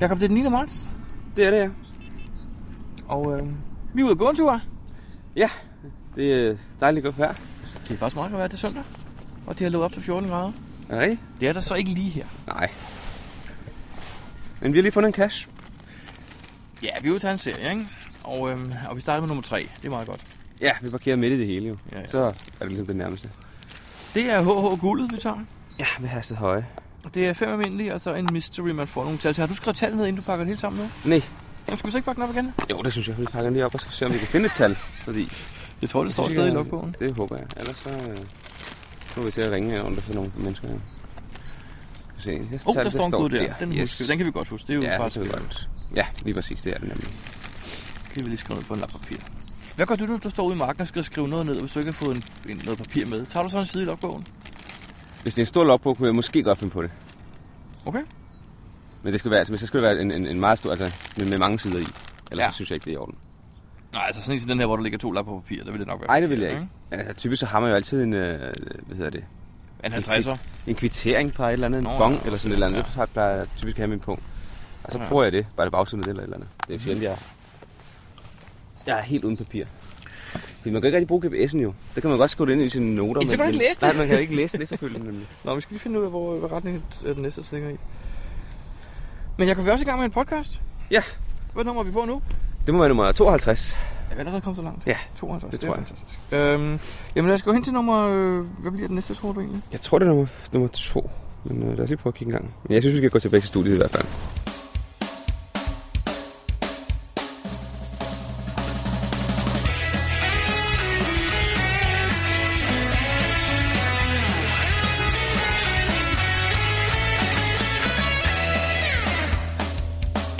Jakob, det er den 9. marts, Det er det, ja. og øh, vi er ude at gå en tur. Ja, det er dejligt godt vejr. Det er faktisk meget godt være, det er søndag, og det har løbet op til 14 grader. Er det rigtigt? Det er der så ikke lige her. Nej. Men vi har lige fundet en cash. Ja, vi er ude at tage en serie, ikke? Og, øhm, og vi starter med nummer 3. Det er meget godt. Ja, vi parkerer midt i det hele jo. Ja, ja. Så er det ligesom det nærmeste. Det er HH Guldet, vi tager. Ja, ved Hasted Høje. Det er fem almindelige, og så en mystery, man får nogle tal til. Har du skrevet tallet ned, inden du pakker det hele sammen nu? Nej. Jamen, skal vi så ikke pakke den op igen? Jo, det synes jeg, vi pakker den lige op og så ser, om vi kan finde et tal. Fordi Jeg tror, det står stadig i logbogen. Det håber jeg. Ellers så, øh, så må vi til at ringe, øh, om der er nogle mennesker her. Skal Se, jeg Åh, oh, der står en kode der. Den, yes. yes. den kan vi godt huske. Det er jo ja, det faktisk, kan vi godt. Ja, lige præcis, det er det nemlig. kan vi lige skrive ned på en lap papir. Hvad gør du, når du står ude i marken og skal skrive noget ned, hvis du ikke har fået en, en, noget papir med? Tager du så en side i logbogen? Hvis det er en stor logbog, kunne jeg måske godt finde på det. Okay. Men det skal være, altså, hvis det skal være en, en, en meget stor, altså med, med mange sider i. Ellers Ja. ja. så synes jeg ikke, det er i orden. Nej, altså sådan en som den her, hvor der ligger to lapper på papir, der vil det nok være. Nej, det vil jeg papir, ikke. Men altså, typisk så har man jo altid en, øh, hvad hedder det, En 50'er. en kvittering fra et eller andet, en Nå, ja, bong eller sådan et eller andet. ja. Ja. Det plejer jeg typisk at have min på. Og så Ja. Mhm. prøver jeg det, bare det bagsiden af det eller et eller andet. Det er sjældent, jeg, jeg er helt uden papir. Fordi man kan ikke rigtig bruge GPS'en jo. Det kan man godt skrive det ind i sine noter. Ja, så men- kan du ikke men- læse det. Nej, man kan jo ikke læse det selvfølgelig nemlig. Nå, vi skal lige finde ud af, hvor, hvad retning øh, den næste slinger i. Men jeg kan vi er også i gang med en podcast? Ja. Hvad nummer er vi på nu? Det må være nummer 52. Er vi allerede kommet så langt? Ja, 52. det er tror jeg. fantastisk. Øhm, jamen lad os gå hen til nummer... Øh, hvad bliver den næste, tror du egentlig? Jeg tror, det er nummer, nummer to. Men øh, lad os lige prøve at kigge en gang. Men jeg synes, vi skal gå tilbage til studiet i hvert fald.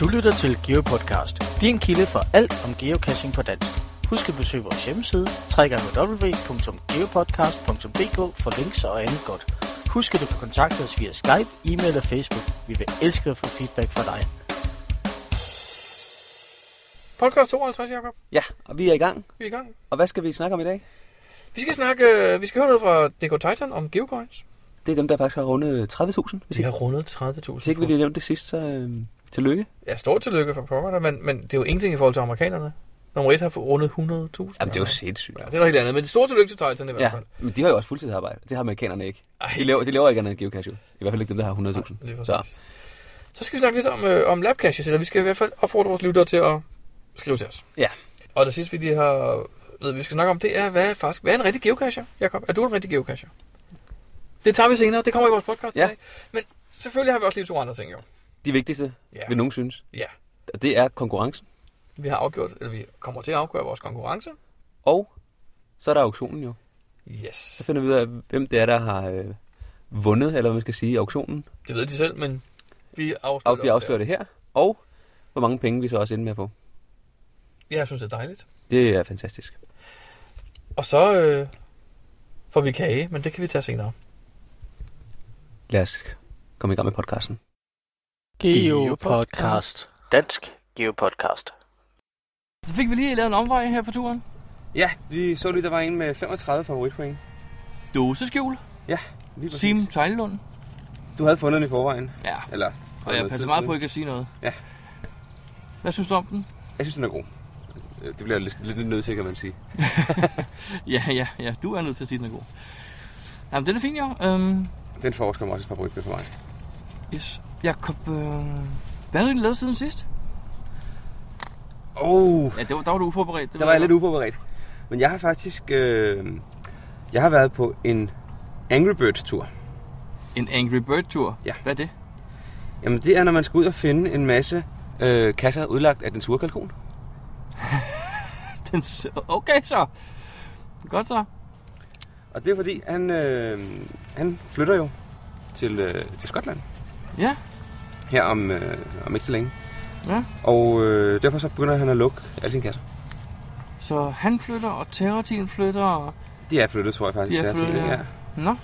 Du lytter til GeoPodcast, din kilde for alt om geocaching på dansk. Husk at besøge vores hjemmeside, www.geopodcast.dk for links og andet godt. Husk at du kan kontakte os via Skype, e-mail og Facebook. Vi vil elske at få feedback fra dig. Podcast 52, Jacob. Ja, og vi er i gang. Vi er i gang. Og hvad skal vi snakke om i dag? Vi skal snakke... Øh, vi skal høre noget fra DK Titan om geocoins. Det er dem, der faktisk har rundet 30.000. Hvis, ikke, rundet 30.000. hvis ikke vi lige nævnte det sidst, så øh, tillykke. Ja, stor tillykke for pokker, der, men, men det er jo ingenting i forhold til amerikanerne. Nummer 1 har fået rundet 100.000. Jamen, sindssygt. Ja, det er noget helt andet, men det store tillykke til Titan i hvert Ja, fald. men de har jo også fuldtidsarbejde. Det har amerikanerne ikke. De laver, de laver ikke andet end geocache. jo. I hvert fald ikke dem, der har 100.000. Lige Så. præcis. Så skal vi snakke lidt om, øh, om labcaches, eller vi skal i hvert fald opfordre vores lyttere til at skrive til os. Ja. Og det sidste, vi lige har ved, vi skal snakke om, det er, hvad er, faktisk, hvad er en rigtig geocacher, Jakob? Er du en rigtig geocacher? Det tager vi senere, det kommer i vores podcast Ja. i dag. Men selvfølgelig har vi også lige to andre ting, jo. De vigtigste, Ja. vil nogen synes, Ja. og det er konkurrencen. Vi har afgjort, eller vi kommer til at afgøre vores konkurrence. Og så er der auktionen jo. Yes. Så finder vi ud af, hvem det er, der har øh, vundet, eller hvad man skal sige, auktionen. Det ved de selv, men vi afslører Og vi os afslører det her. Og hvor mange penge vi så også ender med at få. her. Ja, jeg synes, det er dejligt. Det er fantastisk. Og så øh, får vi kage, men det kan vi tage senere. Lad os komme i gang med podcasten. GeoPodcast. Dansk GeoPodcast. Så fik vi lige lavet en omvej her på turen. Ja, vi så lige, der var en med 35 favoritpoint. Dåseskjul. Lige præcis. Sim Tejlund. Du havde fundet den i forvejen. Ja, Eller, og jeg passer meget på ikke at sige noget. Ja. Hvad synes du om den? Jeg synes, den er god. Det bliver jeg lidt, lidt nødt til, kan man sige. Ja, ja, ja, du er nødt til at sige, den er god. Jamen, den er fin, jo. Øhm, Den forsker også et favoritbøf for mig. yes. Jakob, øh, hvad har du egentlig lavet siden sidst? Oh, Ja, det var, der var du uforberedt. Det der var jeg lidt uforberedt. Men jeg har faktisk... Øh, jeg har været på en Angry Bird-tur. En Angry Bird-tur. Ja. Hvad er det? Jamen, det er, når man skal ud og finde en masse øh, kasser udlagt af den sure kalkun. Den, s- okay, så. Godt så. Og det er fordi, han, øh, han flytter jo til, øh, til Skotland. Ja. Her om, øh, om ikke så længe. Ja. Og øh, derfor så begynder han at lukke alle sine kasser. Så han flytter, og Terratin flytter, og... De er flyttet, tror jeg faktisk. De er jeg tænker, flyttet, ja. Nå,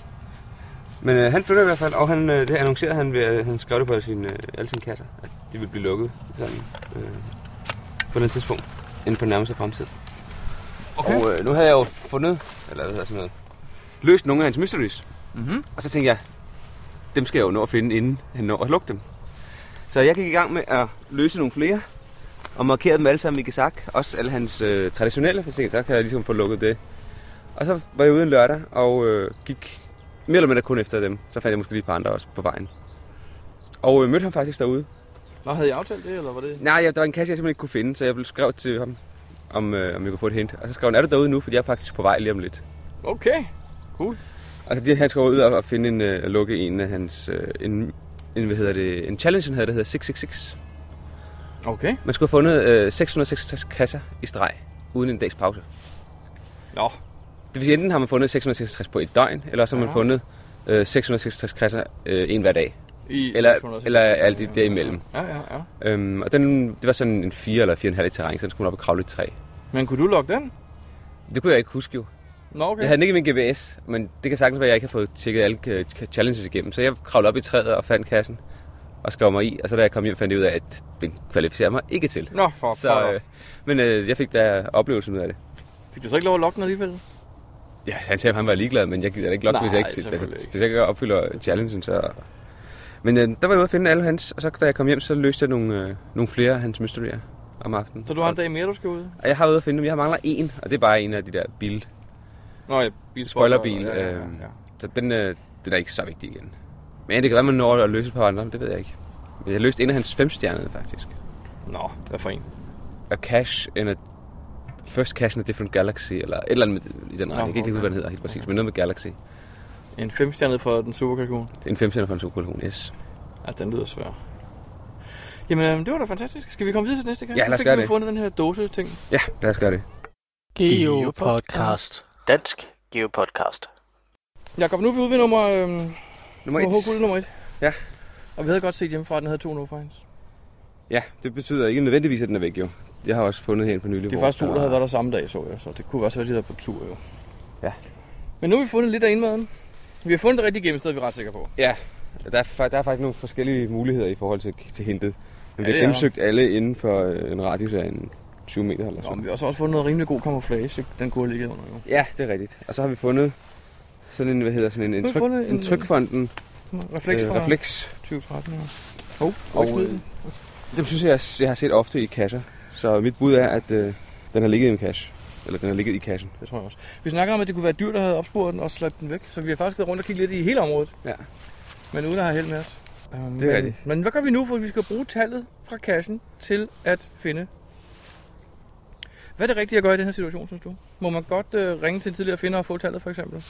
Men øh, han flytter i hvert fald, og han, øh, det annoncerede han, ved, at han skrev det på sin, øh, alle sine kasser, at de vil blive lukket sådan, øh, på et tidspunkt, inden for den nærmeste fremtid. okay. Og øh, nu havde jeg jo fundet, eller hvad hedder sådan noget, løst nogle af hans mysteries, Mhm. og så tænkte jeg, dem skal jeg jo nå at finde, inden han når at lukke dem. Så jeg gik i gang med at løse nogle flere, og markerede dem alle sammen i Gesak. Også alle hans øh, traditionelle, for så kan jeg ligesom få lukket det. Og så var jeg ude en lørdag og øh, gik mere eller mindre kun efter dem. Så fandt jeg måske lige et par andre også på vejen. Og øh, mødte ham faktisk derude. Nå, havde I aftalt det, eller var det... Nej, jeg, der var en kasse, jeg simpelthen ikke kunne finde, så jeg blev skrevet til ham, om, øh, om jeg kunne få et hint. Og så skrev han, er du derude nu, fordi jeg er faktisk på vej lige om lidt. Okay. Og så de- han skulle ud og, og finde en, øh, og lukke en af hans, øh, en, en, hvad hedder det, en challenge, han havde, der hedder 666. Okay. Man skulle have fundet øh, 666 kasser i streg, uden en dags pause. Nå. Det vil sige, enten har man fundet 666 på et døgn, eller så har man Ja. fundet øh, 666 kasser øh, en hver dag. I Eller- 600. eller alt det derimellem. Ja, ja, ja. Øhm, og den, det var sådan en 4 eller 4,5 i terræn, så den skulle man op og kravle et træ. Men kunne du logge den? Det kunne jeg ikke huske jo. Nå, okay. Jeg havde den ikke i min GPS, men det kan sagtens være, at jeg ikke har fået tjekket alle øh, challenges igennem. Så jeg kravlede op i træet og fandt kassen og skrev mig i. Og så da jeg kom hjem, fandt jeg ud af, at den kvalificerer mig ikke til. Nå, for Så, så, øh, men øh, jeg fik da oplevelsen ud af det. Fik du så ikke lov at logge den alligevel? Ja, han sagde, at han var ligeglad, men jeg gider da ikke logge, Nej, hvis jeg ikke, selvfølgelig altså, ikke. hvis jeg ikke opfylder challengen. Så... Men øh, der var jeg ude at finde alle hans, og så da jeg kom hjem, så løste jeg nogle, øh, nogle flere af hans mysterier om aftenen. Så du har en dag mere, du skal ud? Og jeg har været ude at finde dem. Jeg mangler en, og det er bare en af de der bil. Nå, ja, bil, Spoilerbil, Ja, ja, ja, øhm. ja. Så den, øh, den er ikke så vigtig igen. Men det kan være, man når at løse et par andre, det ved jeg ikke. Men jeg løste en af hans femstjernede, faktisk. Nå, hvad for en? A Cash in a... First Cash in a Different Galaxy, eller et eller andet med, i den Nå, retning. Jeg kan ikke okay. huske, hvad den hedder helt præcis, men noget med Galaxy. Det En femstjernet for den superkalkun. er en femstjerne fra en superkolon, yes. Ja, den lyder svær. Jamen, øhm, det var da fantastisk. Skal vi komme videre til næste gang? Ja, lad os Nu fik gøre vi det. fundet den her dåse-ting. Ja, lad os gøre det. Geopodcast. Dansk Geopodcast. Jakob, nu er vi ude ved nummer... Øhm, Nummer nummer et. guld nummer et. Ja. Og vi havde godt set hjemmefra, at den havde to no finds. Ja, det betyder ikke nødvendigvis, at den er væk, jo. Jeg har også fundet her for nylig. Det var hvor faktisk to, der havde været der samme dag, så jeg. Så det kunne også være, at de havde været på tur, jo. Men nu har vi fundet lidt af indmaden. Vi har fundet det rigtige gemmested, vi er ret sikre på. Der er, fa- der er faktisk nogle forskellige muligheder i forhold til, til hintet. Men vi Ja, det har er gennemsøgt alle inden for øh, en radius af en 20 meter eller Nå, sådan men vi har så også fundet noget rimelig god camouflage. Den kunne have ligget under, jo. Ja, det er rigtigt. Og så har vi fundet sådan en, hvad hedder sådan en, Vi en, har tryk, fundet en, en- en trykfonden Refleks fra øh, refleks. 2013, jo. Og, Hov, oh, øh, Dem synes jeg, jeg har set ofte i kasser. Så mit bud er, at øh, den har ligget i en kasse. Eller den har ligget i kassen. Det tror jeg også. Vi snakker om, at det kunne være dyr, der havde opsporet den og slæbt den væk. Så vi har faktisk været rundt og kigget lidt i hele området. Ja. Men uden at have held med os. Øhm, Det er men, rigtigt. Men hvad gør vi nu? For vi skal bruge tallet fra kassen til at finde. Hvad er det rigtige at gøre i den her situation, synes du? Må man godt øh, ringe til en tidligere finder og få tallet, for eksempel?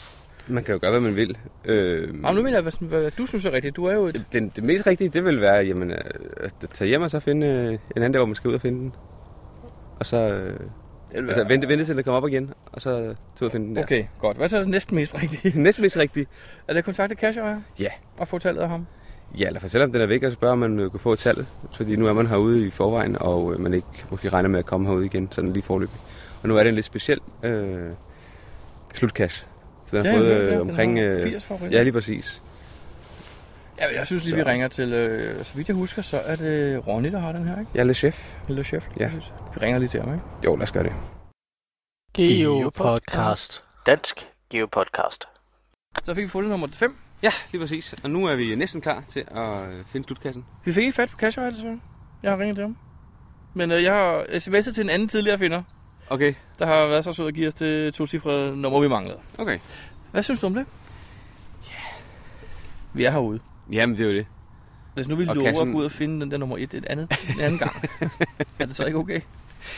Mm. Man kan jo gøre, hvad man vil. Øh, Jamen, nu mener jeg, hvad, sådan- hvad du synes er rigtigt. Du er jo et... den, det mest rigtige, det vil være jamen, øh, at tage hjem og så finde øh, en anden dag, hvor man skal ud og finde den. Og så øh, altså, vente, vente til den kommer op igen, og så tage ud og finde den der. Okay, godt. Hvad så er det næsten mest rigtige? Næsten mest rigtigt. Er det at kontakte Casher? Ja. Og få tallet af ham? Ja, eller for selvom den er væk, og spørger, om man øh, kunne få tallet. Fordi nu er man herude i forvejen, og øh, man ikke måske regner med at komme herude igen, sådan lige forløbig. Og nu er det en lidt speciel øh, slutkash. Så den har Ja, fået ja, ja, øh, den omkring... har Øh, 80 favoritter. ja, lige præcis. Ja, jeg synes lige, Så- vi ringer til... Øh, så vidt jeg husker, så er det Ronny, der har den her, ikke? Jeg er lidt chef. Eller chef. Ja. præcis. Vi ringer lige til ham, ikke? Jo, lad os gøre det. Geopodcast. Dansk Geopodcast. Så fik vi fundet nummer 5. Ja, lige præcis. Og nu er vi næsten klar til at øh, finde slutkassen. Vi fik ikke fat på Cashway, desværre. Jeg har ringet til ham. Men øh, jeg har sms'et til en anden tidligere finder, Okay, der har været så sød at give os det tocifrede nummer, vi manglede. okay. Hvad synes du om det? Ja. Vi er herude. Jamen, det er jo det. Hvis nu vi Og lover at kassen- gå ud og finde den der nummer 1 et andet, en anden gang, er det så ikke okay?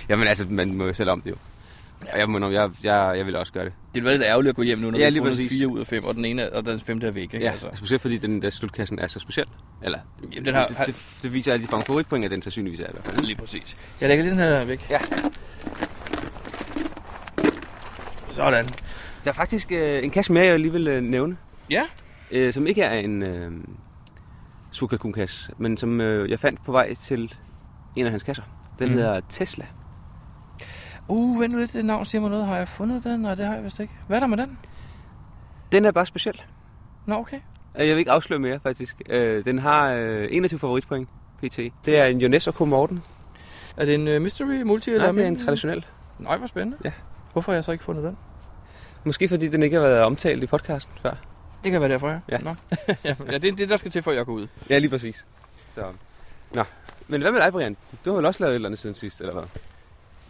Jamen altså, man må jo selv om det jo. Og jeg, må, indrømme, jeg, jeg, jeg vil også gøre det. Det ville være lidt ærgerligt at gå hjem nu, når Ja, vi lige har fundet præcis. 4 ud af 5, og den ene er, og den femte er væk. Ikke? Ja, altså. specielt fordi den der slutkassen er så speciel. Eller, Jamen, den har- det, det, det, viser alle de mange favoritpoint, at den sandsynligvis er i hvert fald. Lige præcis. Jeg lægger lige den her væk. Ja. Sådan. Der er faktisk øh, en kasse mere, jeg lige vil øh, nævne, Ja. øh, som ikke er en øh, surkalkunkasse, men som øh, jeg fandt på vej til en af hans kasser. Den Mhm. mm. hedder Tesla. Uh, vent nu lidt, det navn siger mig noget. Har jeg fundet den? Nej, det har jeg vist ikke. Hvad er der med den? Den er bare speciel. Nå, okay. Øh, Jeg vil ikke afsløre mere, faktisk. Øh, den har øh, 21 favoritpoint, PT. Det er en Jonas og K. Morten. Er det en øh, mystery, multi Nej, eller det er en almindelig? traditionel. Nej, hvor spændende. Ja. Hvorfor har jeg så ikke fundet den? Måske fordi den ikke har været omtalt i podcasten før. Det kan være derfor, ja. Ja. Nå. ja, det er det, der skal til, før jeg går ud. Ja, lige præcis. Så Men hvad med dig, Brian? Du har vel også lavet et eller andet siden sidst, eller hvad?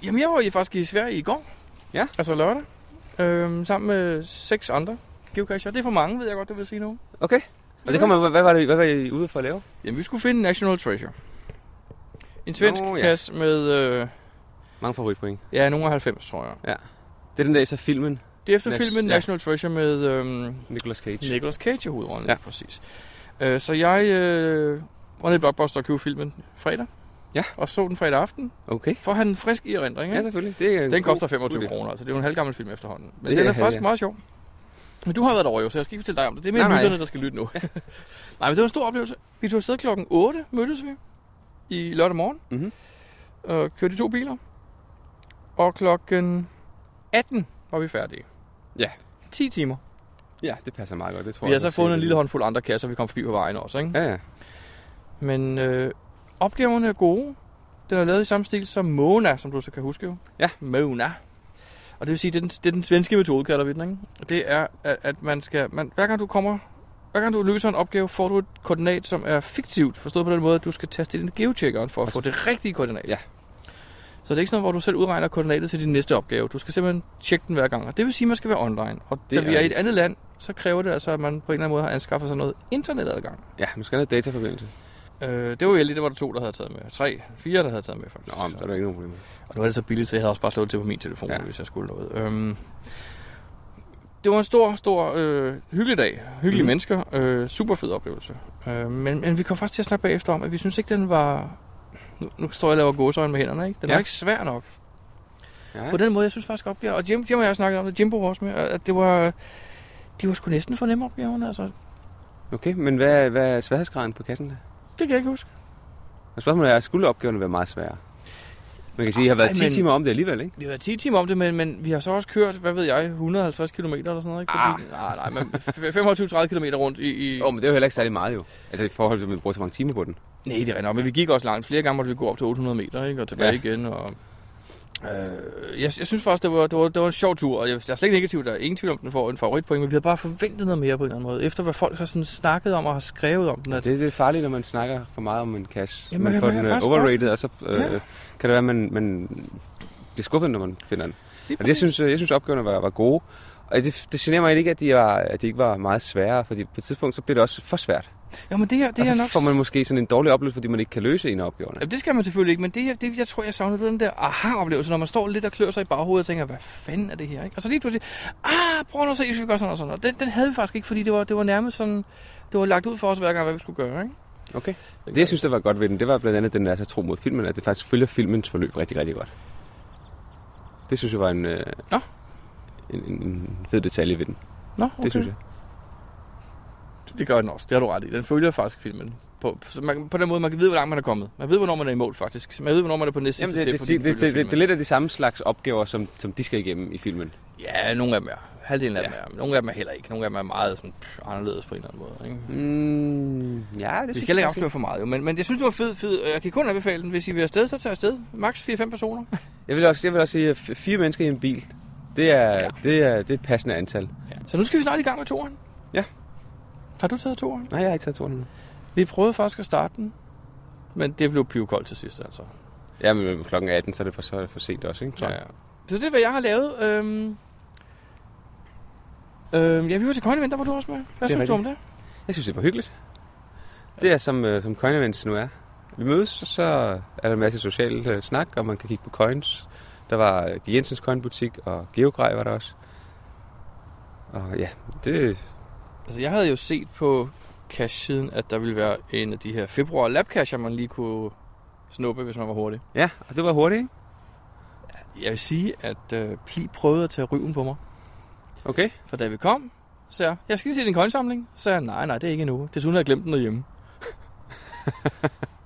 Jamen, jeg var i- faktisk i Sverige i går. Ja. Altså lørdag. Øhm, sammen med seks andre geocacher. Det er for mange, ved jeg godt, det vil sige nu. Okay. Og det kommer, hvad var, det, hvad var I ude for at lave? Jamen, vi skulle finde National Treasure. En svensk Nå, oh, ja. ja. kasse med, øh, Mange favoritpoint. ja, nogle af 90, tror jeg. Det er den der efter filmen, Det er efter Nas- filmen ja. National Treasure med øhm, Nicolas Cage. Nicolas Cage i hovedrollen. Ja. Ja, præcis. Øh, så jeg øh, var nede i Blockbuster og købte filmen fredag. Ja. Og så den fredag aften, Okay. for at have den frisk i erindring. ikke? Ja, selvfølgelig. Det er en Den god- koster 25 god idé. kroner, så det er jo en halvgammel film efterhånden. Men Det det den er- er faktisk ja. ja. meget sjov. Men du har været derovre jo, så jeg skal ikke fortælle dig om det. Det er mere Nej, nej. lytterne, der skal lytte nu. nej, men det var en stor oplevelse. Vi tog afsted klokken 8, mødtes vi i lørdag morgen. Mhm. Og kørte i to biler. Og klokken 18 var vi færdige. Ja. 10 timer. Ja, det passer meget godt, det tror Vi jeg. har så også. fundet en lille håndfuld andre kasser, vi kom forbi på vejen også. Ikke? Ja, ja. Men øh, opgaverne er gode. Den er lavet i samme stil som Mona, som du så kan huske jo. Ja. Mona. Og det vil sige, det er den, det er den svenske metode, kalder vi den, ikke? Og Det er, at, at man skal... Man, hver gang du kommer... Hver gang du løser en opgave, får du et koordinat, som er fiktivt. Forstået på den måde, at du skal taste ind i geotjekkeren for at Altså- få det rigtige koordinat. Ja. Så det er ikke sådan, noget, hvor du selv udregner koordinatet til din næste opgave. Du skal simpelthen tjekke den hver gang. Og det vil sige, at man skal være online. Og Det det er da vi er i et rigtigt. andet land, så kræver det altså, at man på en eller anden måde har anskaffet sig noget internetadgang. Ja, man skal have noget dataforbindelse. Øh, det var heldigt, det var der to, der havde taget med. Tre, fire, der havde taget med faktisk. Nå, men der er der ikke nogen problemer. Og nu er det så billigt, så jeg havde også bare slået til på min telefon, Ja. ja. hvis jeg skulle noget. Øhm, det var en stor, stor øh, hyggelig dag. Hyggelige Mhm. mm. mennesker. Øh, super fed oplevelse. Øh, men, men vi kom faktisk til at snakke bagefter om, at vi synes ikke, den var... Nu, nu står jeg og laver gåsøjne med hænderne, ikke? Den Ja. ja. var ikke svær nok. Ja, På den måde, jeg synes faktisk, opgaver... Og Jim, Jim og jeg har snakket om det, Jimbo var også med, at det var... De var sgu næsten for nemme opgaverne, altså. Okay, men hvad, hvad er sværhedsgraden på kassen der? Det kan jeg ikke huske. Og spørgsmålet er, skulle opgaverne være meget svære? Man kan sige, at I har været Ej, 10 men- timer om det alligevel, ikke? Vi har været 10 timer om det, men, men vi har så også kørt, hvad ved jeg, 150 km eller sådan noget, ikke? Fordi, ah. Nej, nej, men f- 25-30 km rundt i... i... Jo, men det er jo heller ikke særlig meget jo. Altså i forhold til, at man bruger så mange timer på den. Nej, det er rigtigt nok, men vi gik også langt. Flere gange måtte vi gå op til 800 meter, ikke? Og tilbage Ja. ja. igen, og... Øh, jeg, jeg, synes faktisk, det var, det, var, det var en sjov tur, og jeg, jeg er slet ikke negativ, der er ingen tvivl om, den får en favoritpoint, men vi havde bare forventet noget mere på en eller anden måde, efter hvad folk har sådan snakket om og har skrevet om den. Ja, At, det, det er farligt, når man snakker for meget om en cash. Jamen, man jeg- får jeg den er øh, faktisk overrated, og så øh, Ja. kan det være, at man, man bliver skuffet, når man finder den. det, Og det, jeg synes, øh, jeg synes opgaverne var, var gode. Og det, det generer mig egentlig ikke, at de, var, at de ikke var meget svære, fordi på et tidspunkt, så bliver det også for svært. jo, men det her, og det så her nok... får man måske sådan en dårlig oplevelse, fordi man ikke kan løse en af opgaverne. Jamen, det skal man selvfølgelig ikke, men det, her- det jeg tror, jeg savner, det er den der aha-oplevelse, når man står lidt og klør sig i baghovedet og tænker, hvad fanden er det her? Ikke? Og så lige pludselig, ah, prøv nu at se, hvis vi gør sådan og sådan. Og den, den havde vi faktisk ikke, fordi det var, det var nærmest sådan, det var lagt ud for os hver gang, hvad vi skulle gøre. Ikke? Okay. Det, jeg synes, der var godt ved den, det var blandt andet, at den er så tro mod filmen, at det faktisk følger filmens forløb rigtig, rigtig godt. Det synes jeg var en, øh, Nå. en, en, en fed detalje ved den. Det Nå, okay. synes jeg. Det, det gør den også, det har du ret i. Den følger faktisk filmen. På, så man, på den måde, man kan vide, hvor langt man er kommet. Man ved, hvornår man er i mål, faktisk. Så Man ved, hvornår man er på næste Jamen, det, det, sidste det, fordi det, den det, følger det, det er filmen. lidt af de samme slags opgaver, som, som de skal igennem i filmen. Ja, nogle af dem er. Halvdelen af dem Ja. er. Men nogle af dem er heller ikke. Nogle af dem er meget sådan, pff, anderledes på en eller anden måde. Ikke? Mm, ja, det Vi skal heller ikke afsløre for meget, jo. Men, men jeg synes, det var fed, fed. og Jeg kan kun anbefale den. Hvis I vil afsted, så tager afsted. Max 4-5 personer. Jeg vil, også, jeg vil også sige, at f- fire mennesker i en bil, det er, ja. Ja. det er, det er et passende antal. Ja. Så nu skal vi snart i gang med toren. Ja. Har du taget toren? Nej, jeg har ikke taget turen endnu. Vi prøvede faktisk at starte den. Men det blev pivkoldt til sidst, altså. Ja, men men klokken er 18, så er det for, så er det for sent også, ikke? tror jeg? Så det er, hvad jeg har lavet. Øhm... Øhm, ja, vi var til Coin Event, der var du også med. Hvad Det er synes du om det? Jeg synes, det var hyggeligt. Det er som, øh, som coin events nu er. Vi mødes, og så er der en masse social øh, snak, og man kan kigge på coins. Der var øh, Jensens Coin-butik, og Geogrej var der også. Og ja, det... Altså, jeg havde jo set på cash-siden, at der ville være en af de her februar labcacher, man lige kunne snuppe, hvis man var hurtig. Ja, og det var hurtigt, ikke? Jeg vil sige, at øh, Pli prøvede at tage ryven på mig. Okay. For da vi kom, så jeg, jeg skal lige se din coinsamling. Så jeg, nej, nej, det er ikke endnu. Desuden har jeg glemt den derhjemme.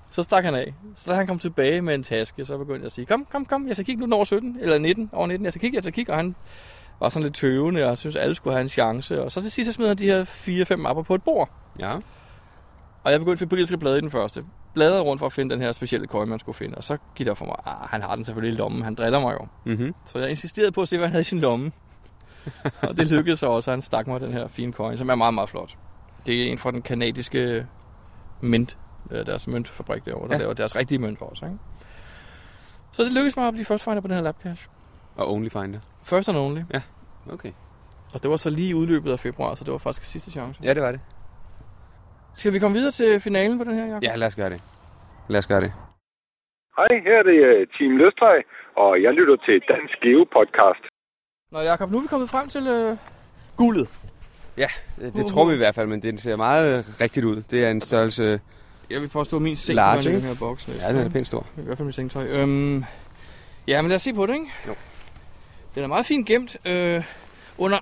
så stak han af. Så da han kom tilbage med en taske, så begyndte jeg at sige, kom, kom, kom, jeg skal kigge nu er den over 17, eller 19, over 19, jeg skal kigge, jeg skal kigge. Og han var sådan lidt tøvende, og synes, alle skulle have en chance. Og så til sidst, så smed han de her 4-5 mapper på et bord. Ja. Og jeg begyndte febrilsk at blade i den første. Bladrede rundt for at finde den her specielle coin, man skulle finde. Og så gik der for mig, ah, han har den selvfølgelig i lommen, han driller mig jo. Mm-hmm. Så jeg insisterede på at se, hvad han havde i sin lomme. og det lykkedes så også, og han stak mig den her fine coin, som er meget, meget flot. Det er en fra den kanadiske mint øh, deres møntfabrik derovre, der Ja. laver deres rigtige mønt for os. Ikke? Så det lykkedes mig at blive first finder på den her labcash. Og Only Finder. First and only. Okay. Og det var så lige i udløbet af februar, så det var faktisk sidste chance. Ja, det var det. Skal vi komme videre til finalen på den her, Jacob? Ja, lad os gøre det. Lad os gøre det. Hej, her er det øh, Team Løstrej, og jeg lytter til Dansk Geo Podcast. Nå, Jacob, nu er vi kommet frem til øh, guldet. øh, Det, Uhuh. det tror vi i hvert fald, men den ser meget øh, rigtigt ud. Det er en størrelse... Jeg vil påstå, at min seng Large, var i den ikke? her boks. Ja, den er pænt stor. I hvert fald mit sengtøj. Øhm, ja, men lad os se på det, ikke? Jo. Den er meget fint gemt øh, under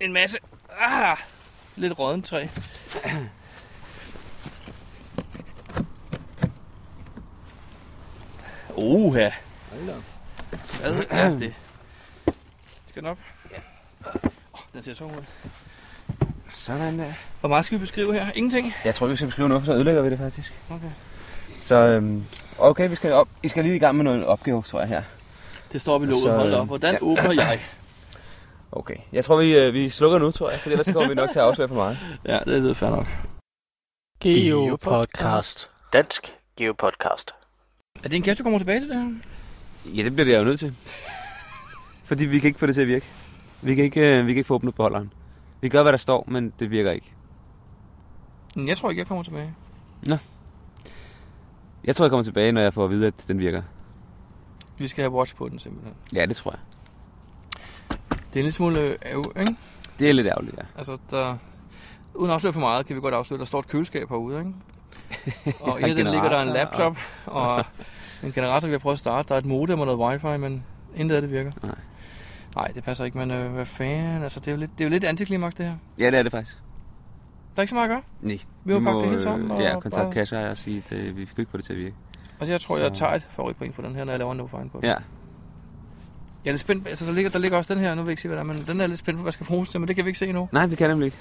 en masse ah, lidt rådden træ. Oha. Hvad er det? Skal den op? Ja. Oh, den ser tung ud. Sådan der. Hvor meget skal vi beskrive her? Ingenting? Jeg tror, vi skal beskrive noget, for så ødelægger vi det faktisk. Okay. Så øhm, okay, vi skal, op. I skal lige i gang med noget opgave, tror jeg her. Det står vi låget. Så, Hold da øh, op. Hvordan åbner jeg? Okay. Jeg tror, vi, øh, vi slukker nu, tror jeg, for ellers kommer vi nok til at afsløre for meget. Ja, det lyder fair nok. Geo Podcast. Dansk Geo Podcast. Er det en gæst, du kommer tilbage til det her? Ja, det bliver det jo nødt til. Fordi vi kan ikke få det til at virke. Vi kan ikke, øh, vi kan ikke få åbnet beholderen. Vi gør, hvad der står, men det virker ikke. Men Mm, Jeg tror ikke, jeg kommer tilbage. Jeg tror, jeg kommer tilbage, når jeg får at vide, at den virker. Vi skal have watch på den simpelthen. Ja, det tror jeg. Det er en lille smule øh, ærg, ikke? Det er lidt ærgerligt, ja. Altså, der... Uden at afsløre for meget, kan vi godt afsløre, at der står et køleskab herude, ikke? Og i Og den ligger der en generator, laptop og en generator, vi har prøvet at starte. Der er et modem og noget wifi, men intet af det virker. Nej. Nej, det passer ikke, men øh, hvad fanden? Altså, det er jo lidt, det er jo lidt antiklimaks, det her. Ja, det er det faktisk. Der er ikke så meget at gøre. Nej. øh, Vi har pakket det hele sammen. og ja, bare- kontakt Kasha og sige, at øh, vi kan ikke få det til at virke. Altså, jeg tror, Så- jeg tager et favoritpoint for den her, når jeg laver en no fine på den. Ja. Jeg er lidt spændt. Altså, der ligger, der ligger også den her. Nu vil jeg ikke se, hvad der er, men den er jeg lidt spændt på, hvad jeg skal bruges til, men det kan vi ikke se endnu. Nej, vi kan nemlig ikke.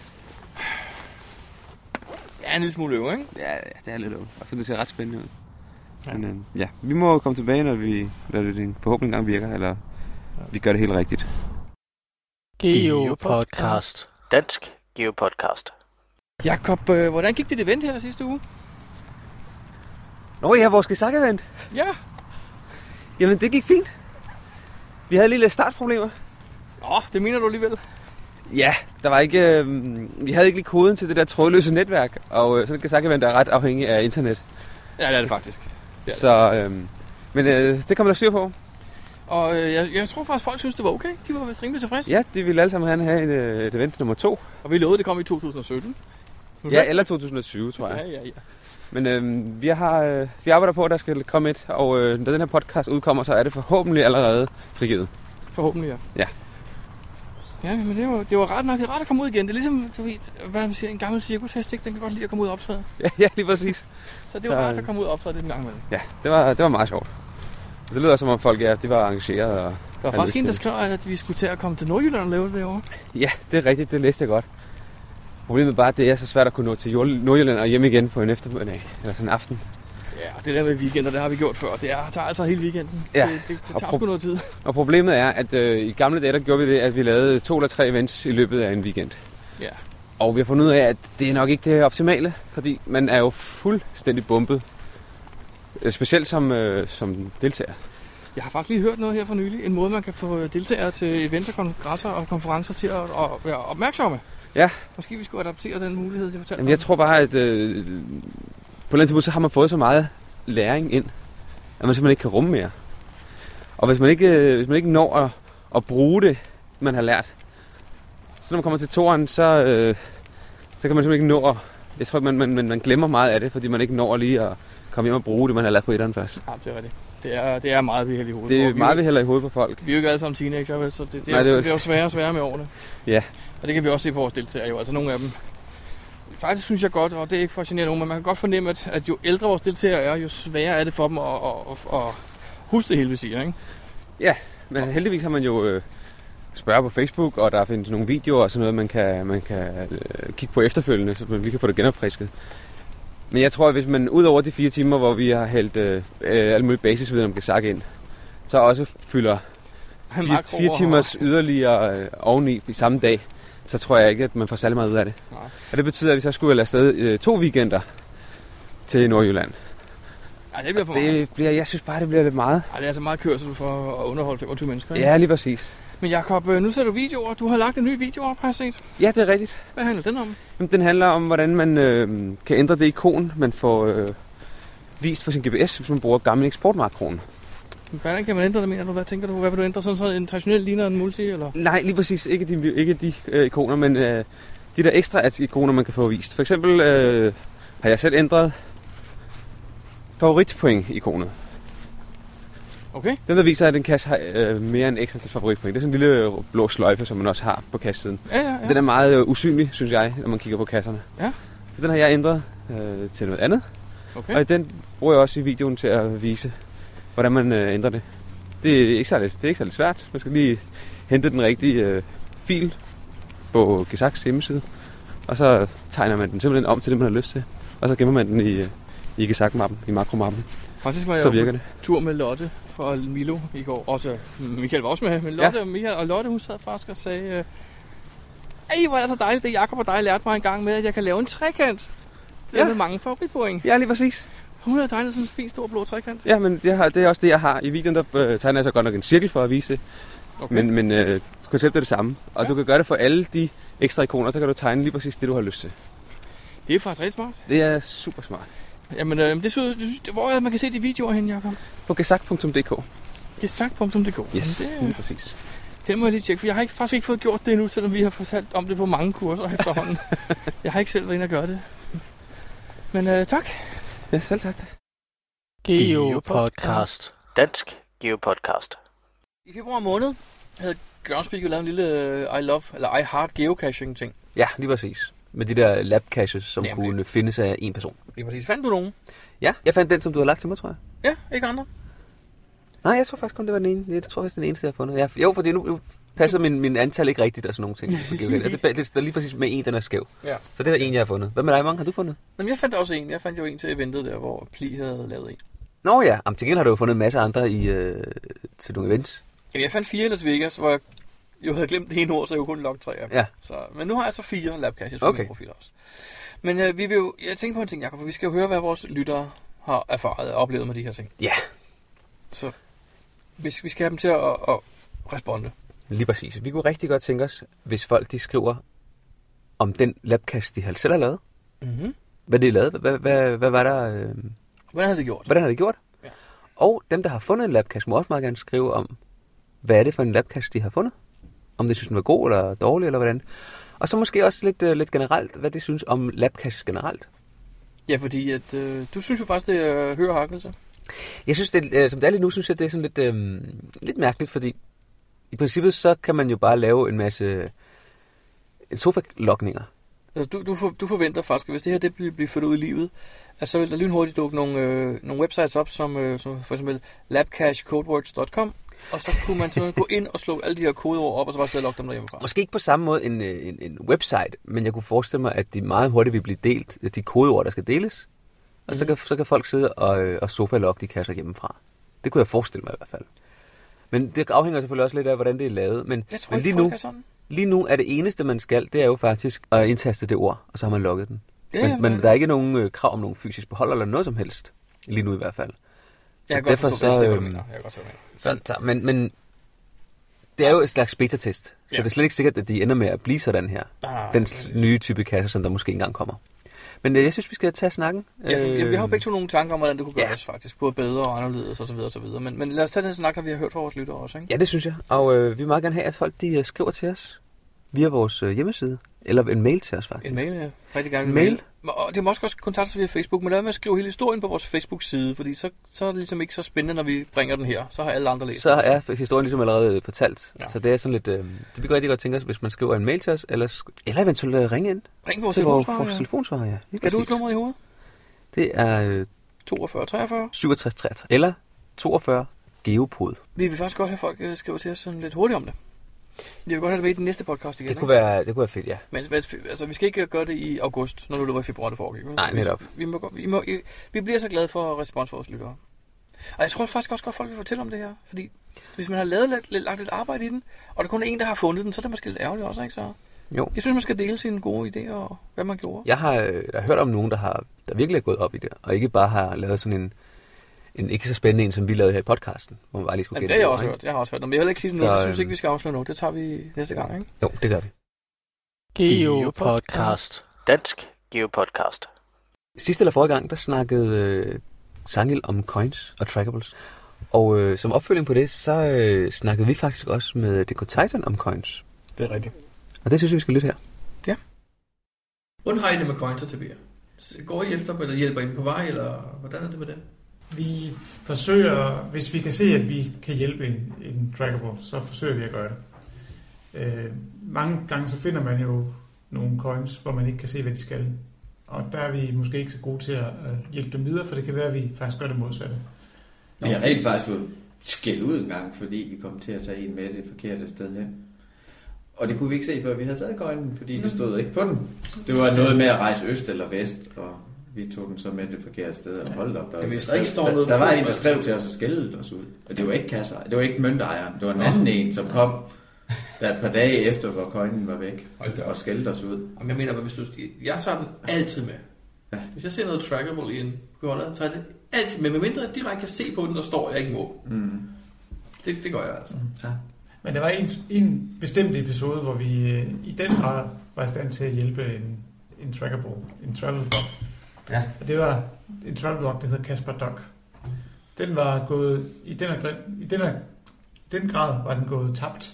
Jeg er en lille smule øver, ikke? Ja, ja, det er lidt ærgerligt. Jeg synes, det ser ret spændende ud. Ja. Ja. Men, øh, ja, vi må komme tilbage, når, vi, når det en forhåbentlig engang virker, eller vi gør det helt rigtigt. Geo Podcast. Dansk Geo Podcast. Jakob, øh, hvordan gik dit event her sidste uge? Nå ja, vores gesakevent. Ja. Jamen, det gik fint. Vi havde lige lidt startproblemer. Åh, det mener du alligevel. Ja, der var ikke, øh, vi havde ikke lige koden til det der trådløse netværk, og øh, sådan kan sagt er ret afhængig af internet. Ja, det er det faktisk. Ja. Så, øh, men øh, det kommer der styr på. Og øh, jeg, jeg tror faktisk, folk synes, det var okay. De var vist rimelig tilfredse. Ja, de ville alle sammen gerne have en, øh, et event nummer to. Og vi lovede, det kom i 2017. Ja, eller 2020, tror ja, jeg. ja, ja. Men øh, vi, har, øh, vi arbejder på, at der skal komme et, og øh, når den her podcast udkommer, så er det forhåbentlig allerede frigivet. Forhåbentlig, ja. Ja. Ja, men det var, det var ret nok. Det er rart at komme ud igen. Det er ligesom, du ved, hvad man siger, en gammel cirkushest, ikke? Den kan godt lide at komme ud og optræde. Ja, ja lige præcis. Så det var Ja. rart at komme ud og optræde lidt en gang imellem. Ja, det var, det var meget sjovt. Det lyder som om folk ja, de var engageret. Og Der var havde faktisk lyst en, der til skrev, at vi skulle til at komme til Nordjylland og lave det derovre. det. Ja, det er rigtigt, det læste jeg godt. Problemet er bare, at det er så svært at kunne nå til Jord- Nordjylland og hjem igen på en eftermiddag, eller sådan en aften. Ja, og det der med weekender, det har vi gjort før. Det er, tager altså hele weekenden. Ja. Det, det, det Og tager pro- sgu noget tid. Og problemet er, at øh, i gamle dage, der gjorde vi det, at vi lavede to eller tre events i løbet af en weekend. Ja. Og vi har fundet ud af, at det er nok ikke det optimale, fordi man er jo fuldstændig bumpet. Øh, Specielt som, øh, som deltager. Jeg har faktisk lige hørt noget her for nylig. En måde, man kan få deltagere til eventer, kongresser og konferencer til at, at være opmærksomme. Ja. Måske vi skulle adaptere den mulighed, jeg fortalte Jamen, jeg om. tror bare, at øh, på et eller andet tidspunkt, så har man fået så meget læring ind, at man simpelthen ikke kan rumme mere. Og hvis man ikke, øh, hvis man ikke når at, at bruge det, man har lært, så når man kommer til toren, så, øh, så kan man simpelthen ikke nå at... Jeg tror, man, man, man, man glemmer meget af det, fordi man ikke når lige at komme hjem og bruge det, man har lært på etteren først. Ja, det er rigtigt. Det er, det er meget, vi har i hovedet. Det er på. meget, vi, vi hælder i hovedet på folk. vi er jo ikke alle sammen teenager, vel, så det, det, er Nej, jo- det er det, jo- bliver jo sværere og sværere med årene. Ja. Og det kan vi også se på vores deltagere jo. Altså nogle af dem. Faktisk synes jeg godt, og det er ikke for at genere nogen, men man kan godt fornemme, at, at jo ældre vores deltagere er, jo sværere er det for dem at, at, at, at huske det hele, vi siger. Ikke? Men altså, heldigvis har man jo øh, spørger på Facebook, og der findes nogle videoer og sådan noget, man kan, man kan øh, kigge på efterfølgende, så man lige kan få det genopfrisket. Men jeg tror, at hvis man ud over de fire timer, hvor vi har hældt øh, øh, alle mulige basisviden om Gesak ind, så også fylder fire, Makroer fire og- timers yderligere øh, oveni i samme dag, så tror jeg ikke, at man får særlig meget ud af det. Nej. Og det betyder, at vi så skulle have afsted øh, to weekender til Nordjylland. Ej, det bliver for meget. Det bliver, jeg synes bare, det bliver lidt meget. Ej, det er altså meget kørsel for at underholde 25 mennesker. ikke? Ja, lige præcis. Men Jacob, øh, nu ser du videoer. Du har lagt en ny video op, har jeg set. Ja, det er rigtigt. Hvad handler den om? Jamen, den handler om, hvordan man øh, kan ændre det ikon, man får øh, vist på sin GPS, hvis man bruger gammel eksportmarkkron. Hvordan kan man ændre det, mener du? Hvad tænker du? Hvad vil du ændre? Sådan, sådan en traditionel ligner en multi, eller? Nej, lige præcis. Ikke de, ikke de øh, ikoner, men øh, de der ekstra at- ikoner, man kan få vist. For eksempel øh, har jeg selv ændret favoritpoint-ikonet. Okay. Den, der viser, at en kasse har øh, mere end ekstra til favoritpoint. Det er sådan en lille øh, blå sløjfe, som man også har på kassesiden. Ja, ja, ja. Den er meget øh, usynlig, synes jeg, når man kigger på kasserne. Ja. Så den har jeg ændret øh, til noget andet. Okay. Og den bruger jeg også i videoen til at vise, hvordan man øh, ændrer det. Det er, ikke særlig, det er ikke særlig svært. Man skal lige hente den rigtige øh, fil på Gesaks hjemmeside. Og så tegner man den simpelthen om til det, man har lyst til. Og så gemmer man den i, øh, i Gesak-mappen, i makromappen. Faktisk var jeg Så jo på virker det. tur med Lotte fra Milo i går. Også mm, Michael var også med, men Lotte, ja. og, Michael, og Lotte hun sad faktisk og sagde, øh, Ej, hvor er det så dejligt, det Jacob og dig lærte mig en gang med, at jeg kan lave en trekant. Det er Ja. med mange favoritpoint. Ja, lige præcis. Hun har tegnet sådan en fin stor blå trekant. Ja, men det, har, det er også det, jeg har. I videoen der øh, tegner jeg så godt nok en cirkel for at vise det. Okay. Men, men øh, konceptet er det samme. Og Ja. du kan gøre det for alle de ekstra ikoner. Der kan du tegne lige præcis det, du har lyst til. Det er faktisk rigtig smart. Det er super smart. Jamen, øh, det synes, det synes, hvor er det, man kan se de videoer hen, Jacob? På gesak.dk. Gesak.dk. Yes, Det, lige øh, præcis. det må jeg lige tjekke, for jeg har ikke, faktisk ikke fået gjort det endnu, selvom vi har fortalt om det på mange kurser efterhånden. jeg har ikke selv været inde og gøre det. Men øh, tak. Ja, selv tak. Geopodcast. Dansk Geopodcast. I februar måned havde Groundspeak jo lavet en lille øh, I love, eller I heart geocaching ting. Ja, lige præcis. Med de der lab caches, som Nemlig. Jamen. kunne findes af en person. Lige præcis. Fandt du nogen? Ja, jeg fandt den, som du har lagt til mig, tror jeg. Ja, ikke andre. Nej, jeg tror faktisk kun, det var den ene. Jeg tror faktisk, det er den eneste, jeg har fundet. Jeg, jo, fordi nu, nu passer min, min antal ikke rigtigt og sådan nogle ting. på geocache. det, det, det, er lige præcis med en, den er skæv. Ja. Så det er en, jeg har fundet. Hvad med dig, Hvor mange har du fundet? Men jeg fandt også en. Jeg fandt jo en til eventet der, hvor Pli havde lavet en. Nå ja, Jamen, til gengæld har du jo fundet en masse andre i, øh, til nogle events. Jamen, jeg fandt fire i Las Vegas, hvor jeg jo havde glemt det ene ord, så jeg kunne kun logge tre af dem. Ja. Så, men nu har jeg så fire labcaches på okay. Okay. min profil også. Men øh, vi vil jo, jeg tænker på en ting, Jacob, for vi skal jo høre, hvad vores lyttere har erfaret og oplevet med de her ting. Ja, Vi, vi skal have dem til at, at responde. lige præcis. Vi kunne rigtig godt tænke os, hvis folk de skriver om den labcache, de har- selv har lavet. Mm-hmm. Hvad de lavede. Hvad, hvad, hvad var der... Øh, Hvordan havde det gjort? Hvordan har de gjort? Ja. Ja. Og dem, der har fundet en labcache, må også meget gerne skrive om, hvad er det for en labcache, de har fundet? Om de synes, den var god eller dårlig, eller hvordan. Og så måske også lidt, øh, lidt generelt, hvad de synes om labcaches generelt. Ja, fordi at, øh, du synes jo faktisk, det er øh, hør og hakkelse. Jeg synes, det, øh, som det er lige nu, synes jeg, det er sådan lidt, øh, lidt mærkeligt, fordi i princippet, så kan man jo bare lave en masse øh, sofa-lokninger. Altså, du, du, for, du forventer faktisk, at hvis det her det bliver, bliver ført ud i livet, at så vil der lynhurtigt dukke nogle, øh, nogle websites op, som, øh, som for eksempel labcashcodewords.com, og så kunne man sådan gå ind og slå alle de her kodeord op, og så bare sidde og logge dem derhjemmefra. Måske ikke på samme måde en, øh, en, en website, men jeg kunne forestille mig, at de meget hurtigt vil blive delt, de kodeord, der skal deles. Og Mhm. mm. så, kan, så kan folk sidde og, øh, og sofa-logge de kasser hjemmefra. Det kunne jeg forestille mig i hvert fald. Men det afhænger selvfølgelig også lidt af, hvordan det er lavet. Men, Jeg tror men ikke, lige, folk nu, er sådan. lige nu er det eneste, man skal, det er jo faktisk at indtaste det ord, og så har man logget den. Ja, men, ja, men men- der er ikke nogen øh, krav om nogen fysisk beholder eller noget som helst. Lige nu i hvert fald. Jeg kan Så godt derfor forstå, så, det, så, hvad du øhm, mener. Jeg kan godt se, hvad du mener. Så, så, men, men det er jo et slags beta-test, så Ja. det er slet ikke sikkert, at de ender med at blive sådan her. Ah, den s- nye type kasser, som der måske ikke engang kommer. Men øh, jeg synes, vi skal tage snakken. Ja, jeg, jeg har jo Øh, begge to nogle tanker om, hvordan det kunne ja. gøres faktisk. Både bedre og anderledes osv. osv. Men, men lad os tage den snak, når vi har hørt fra vores lyttere også. Ikke? Ja, det synes jeg. Og øh, vi vil meget gerne have, at folk de øh, skriver til os via vores øh, hjemmeside. Eller en mail til os, faktisk. En mail, ja. Rigtig gerne en Mail. mail. Og det må også godt kontaktes via Facebook, men lad være med at skrive hele historien på vores Facebook-side, fordi så, så er det ligesom ikke så spændende, når vi bringer den her. Så har alle andre læst. Så er f- historien ligesom allerede fortalt. Ja. Ja. Så det er sådan lidt... Øh, det vi kan rigtig godt tænke os, hvis man skriver en mail til os, eller, sk- eller eventuelt øh, ringe ind Ring på vores til vores, telefonsvarer. vores Ja. telefonsvarer. Ja. Lige Kan præcis. du huske nummeret i hovedet? Det er øh, 42 43. 67 63, eller 42 Geopod. Vi vil faktisk godt have folk øh, skriver til os sådan lidt hurtigt om det. Jeg vil godt have det med i den næste podcast igen. Det kunne, ikke? være, det kunne være fedt, ja. Men, men altså, vi skal ikke gøre det i august, når nu løber i februar, det foregik. vel? Nej, Så netop. Vi, vi, må, godt- vi, må, vi bliver så glade for respons fra vores lyttere. Og jeg tror faktisk også godt, folk vil fortælle om det her. Fordi hvis man har lavet, lagt, lagt lidt arbejde i den, og der kun er en, der har fundet den, så er det måske lidt ærgerligt også, ikke? Så Jo. Jeg synes, man skal dele sine gode idéer og hvad man gjorde. Jeg har, øh, jeg har hørt om nogen, der, har, der virkelig er gået op i det, og ikke bare har lavet sådan en, en ikke så spændende en, som vi lavede her i podcasten, hvor man bare lige skulle Jamen, det gætte har jeg ord, også ikke? hørt. Jeg har også hørt noget, men jeg vil ikke sige det nu. Så, Jeg synes øh, øhm, ikke, vi skal afsløre noget. Det tager vi næste gang, ikke? Jo, det gør vi. Geo Podcast. Dansk Geo Podcast. Sidste eller forrige gang, der snakkede øh, Sangel om coins og trackables. Og øh, som opfølging på det, så øh, snakkede vi faktisk også med Deco Titan om coins. Det er rigtigt. Og det synes jeg, vi skal lytte her. Hvordan har I det med coins og tabier? Går I efter dem, eller hjælper I dem på vej, eller hvordan er det med det? Vi forsøger, hvis vi kan se, at vi kan hjælpe en, en trackable, så forsøger vi at gøre det. Øh, mange gange så finder man jo nogle coins, hvor man ikke kan se, hvad de skal. Og der er vi måske ikke så gode til at øh, hjælpe dem videre, for det kan være, at vi faktisk gør det modsatte. Vi har rent faktisk fået skæld ud en gang, fordi vi kom til at tage en med det forkerte sted hen. Og det kunne vi ikke se, før vi havde taget gøjlen, fordi det stod ikke på den. Det var noget med at rejse øst eller vest, og vi tog den så med det forkerte sted og holdt op. Der, Ja, var, hvis en, der ikke står der, noget der var på, en, der altså. skrev til os og skældede os ud. Og det var ikke kasser, det var ikke møntejeren, det var en anden en, som kom der et par dage efter, hvor coinen var væk, Hold da op. og skældte os ud. Jamen, jeg mener, hvis du, jeg tager den altid med. Ja. Hvis jeg ser noget trackable i en beholder, tager jeg det altid med, medmindre jeg direkte kan se på den, og står jeg ikke må. Mm. Det, det gør jeg altså. Men der var en, en bestemt episode, hvor vi øh, i den grad var i stand til at hjælpe en, en trackable, en travel dog. Ja. Og det var en travel dog, der hedder Kasper Dog. Den var gået, i den, her gr- i den, her, den grad var den gået tabt,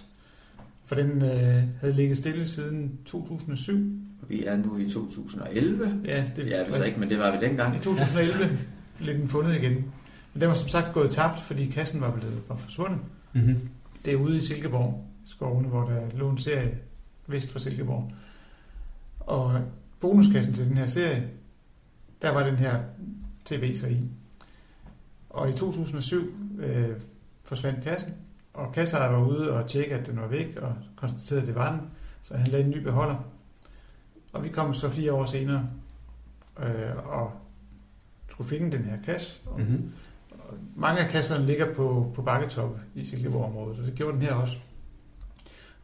for den øh, havde ligget stille siden 2007. Og vi er nu i 2011. Ja, Det er vi så ikke, men det var vi dengang. i 2011 blev den fundet igen. Men den var som sagt gået tabt, fordi kassen var blevet var forsvundet. Mm-hmm. Det er ude i Silkeborg, skovene, hvor der lå en serie vest for Silkeborg. Og bonuskassen til den her serie, der var den her tv så i. Og i 2007 øh, forsvandt kassen, og kasseejer var ude og tjekke, at den var væk, og konstaterede, at det var den. Så han lagde en ny beholder. Og vi kom så fire år senere øh, og skulle finde den her kasse. Og Mm-hmm. og mange af kasserne ligger på, på bakketop i Silkeborg-området, og det gjorde den her også.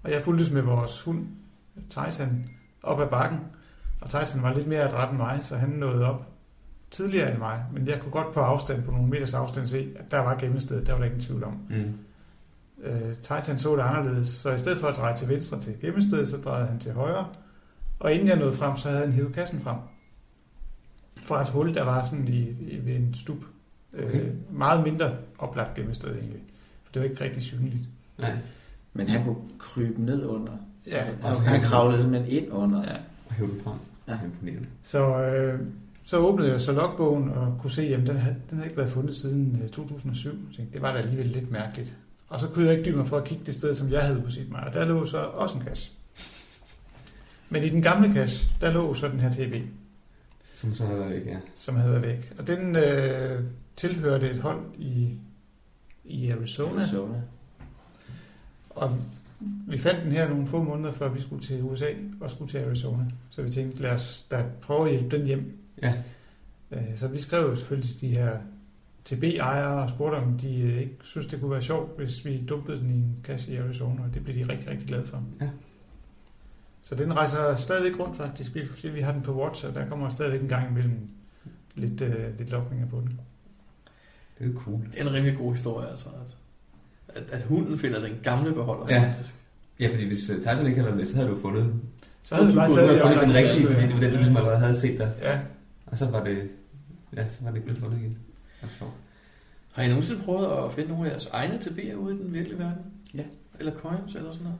Og jeg fulgtes med vores hund, Tyson, op ad bakken, og Tyson var lidt mere adræt end mig, så han nåede op tidligere end mig, men jeg kunne godt på afstand, på nogle meters afstand, se, at der var gemmestedet, der var der ingen tvivl om. Mm. Øh, Titan så det anderledes, så i stedet for at dreje til venstre til gemmestedet, så drejede han til højre, og inden jeg nåede frem, så havde han hævet kassen frem. Fra et hul, der var sådan i, i ved en stup. Okay. Øh, meget mindre oplagt gemmested egentlig. For det var ikke rigtig synligt. Nej. Men han kunne krybe ned under. Ja, altså, han kravlede simpelthen ind under. Ja. Og hæve den frem. Ja. Imponerende. Så, øh, så åbnede jeg så logbogen og kunne se, at den havde, den havde ikke været fundet siden øh, 2007. Jeg tænkte, det var da alligevel lidt mærkeligt. Og så kunne jeg ikke dybe mig for at kigge det sted, som jeg havde udset mig. Og der lå så også en kasse. Men i den gamle kasse, der lå så den her TB, Som så havde ikke, ja. som havde været væk. Og den øh, tilhørte et hold i, i Arizona. Arizona. Og vi fandt den her nogle få måneder før vi skulle til USA og skulle til Arizona. Så vi tænkte, lad os da prøve at hjælpe den hjem. Ja. Øh, Så vi skrev jo selvfølgelig til de her TB-ejere og spurgte, om de øh, ikke synes, det kunne være sjovt, hvis vi dumpede den i en kasse i Arizona, og det blev de rigtig, rigtig glade for. Ja. Så den rejser stadigvæk rundt faktisk, Vi- fordi vi har den på WhatsApp, der kommer stadigvæk en gang imellem lidt, øh, lidt lokninger på den. Det er jo cool. Det er en rimelig god historie, altså. altså. At, at hunden finder den gamle beholder, Ja. faktisk. Ja, fordi hvis uh, Titan ikke havde været med, så havde du fundet den. Så havde vi bare sad ligesom allerede havde set dig. Ja, Og så var det, ja, så var det ikke blevet fundet igen. Har I nogensinde prøvet at finde nogle af jeres egne tabier ude i den virkelige verden? Ja. Eller coins eller sådan noget?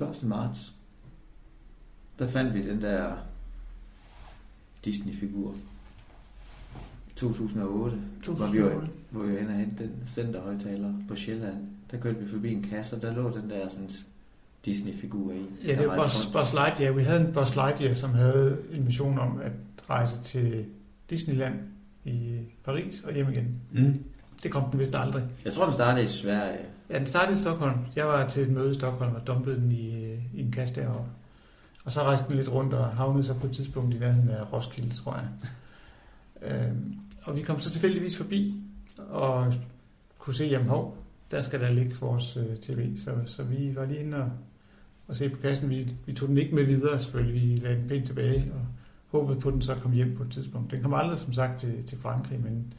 Den 1. marts, der fandt vi den der Disney-figur. 2008, Hvor, vi var, 2008. hvor vi var inde og hente den centerhøjtaler på Sjælland. Der kørte vi forbi en kasse, og der lå den der sådan Disney-figur i. Ja, det var Buzz, Buzz Lightyear. Vi havde en Buzz Lightyear, som havde en mission om at rejse til Disneyland i Paris og hjem igen. Mm. Det kom den vist aldrig. Jeg tror, den startede i Sverige. Ja, den startede i Stockholm. Jeg var til et møde i Stockholm og dumpede den i, i en kasse deroppe. Og så rejste den lidt rundt og havnede så på et tidspunkt i nærheden af Roskilde, tror jeg. Øhm, og vi kom så tilfældigvis forbi og kunne se, jamen hov, der skal der ligge vores øh, tv. Så, så vi var lige inde og, og se på kassen. Vi, vi tog den ikke med videre, selvfølgelig. Vi lagde den pænt tilbage og håbede på, at den så kom hjem på et tidspunkt. Den kom aldrig, som sagt, til, til Frankrig, men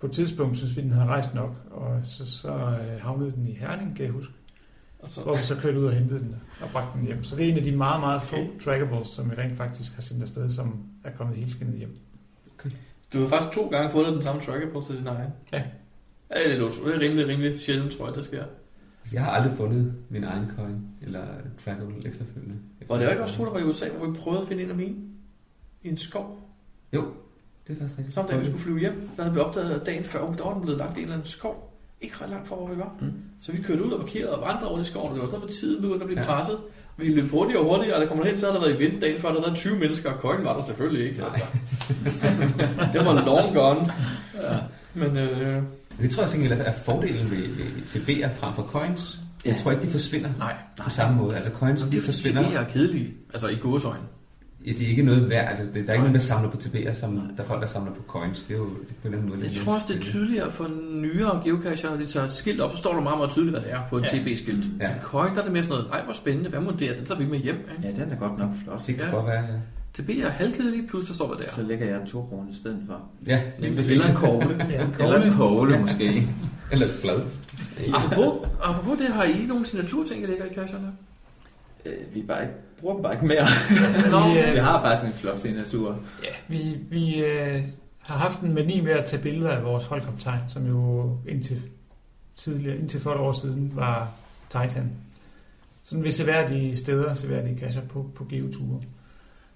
på et tidspunkt synes vi, den havde rejst nok, og så, så øh, havnede den i Herning, kan jeg huske, Og så, hvor vi så kørte ud og hentede den og bragte den hjem. Så det er en af de meget, meget få trackables, som vi rent faktisk har sendt afsted, som er kommet helskindet hjem. Du har faktisk to gange fundet den samme tracker på til din egen. Ja. Ja, det er, lidt utro- det er rimelig, rimelig sjældent, tror jeg, det sker. Altså, Jeg har aldrig fundet min egen coin eller trackable efterfølgende. Var det ikke også to, der var i USA, hvor vi prøvede at finde en af mine? I en skov. Det er faktisk rigtigt. Samme dag, vi skulle flyve hjem, der havde vi opdaget, at dagen før, uh, der var den blevet lagt i en eller anden skov. Ikke ret langt fra, hvor vi var. Mm. Så vi kørte ud og parkerede og vandrede rundt i skoven, og det var sådan, at tiden begyndte at blive Ja. ja. presset. Vi løb hurtigere og hurtigere, og der kommer hen, så havde der været i vind dagen før, der havde været 20 mennesker, og kokken var der selvfølgelig ikke. Altså. det var long gone. Ja. Men øh, Det tror jeg til gengæld er fordelen ved, ved TB'er frem for coins. Ja. Jeg tror ikke, de forsvinder nej, på samme måde. Altså coins, de forsvinder. Det er kedelige, altså i godsøjne. Ja, det er ikke noget værd. Altså, det, der er ikke nogen, der samler på TB'er, som der er folk, der samler på coins. Det er jo det er på en anden måde. Jeg lidt tror også, det er spændende. tydeligere for nyere geocacher, når de tager et skilt op, så står der meget, meget tydeligt, hvad det er på et Ja. ja. TB-skilt. Ja. Ja. Coin, der er det mere sådan noget, ej, hvor spændende, hvad må det er, den tager vi med hjem. Ikke? Ja, den er godt nok flot. Det kan Ja. godt være, ja. TB er halvkedelige, plus der står, hvad det Så er. lægger jeg en to kroner i stedet for. Ja, lige Nemlig, præcis. Eller en kogle. Ja. Eller en kogle måske. Eller et blad. apropos, apropos det, har I nogle signaturting, der ligger i cacherne? Øh, vi bare ikke, bruger dem bare ikke mere. Nå, Vi, øh, Vi har faktisk en flok signatur. Vi, vi øh, har haft en mani med at tage billeder af vores holdkaptajn, som jo indtil, tidligere, indtil for et år siden var Titan. Sådan ved seværdige steder, seværdige kasser på, på geoture.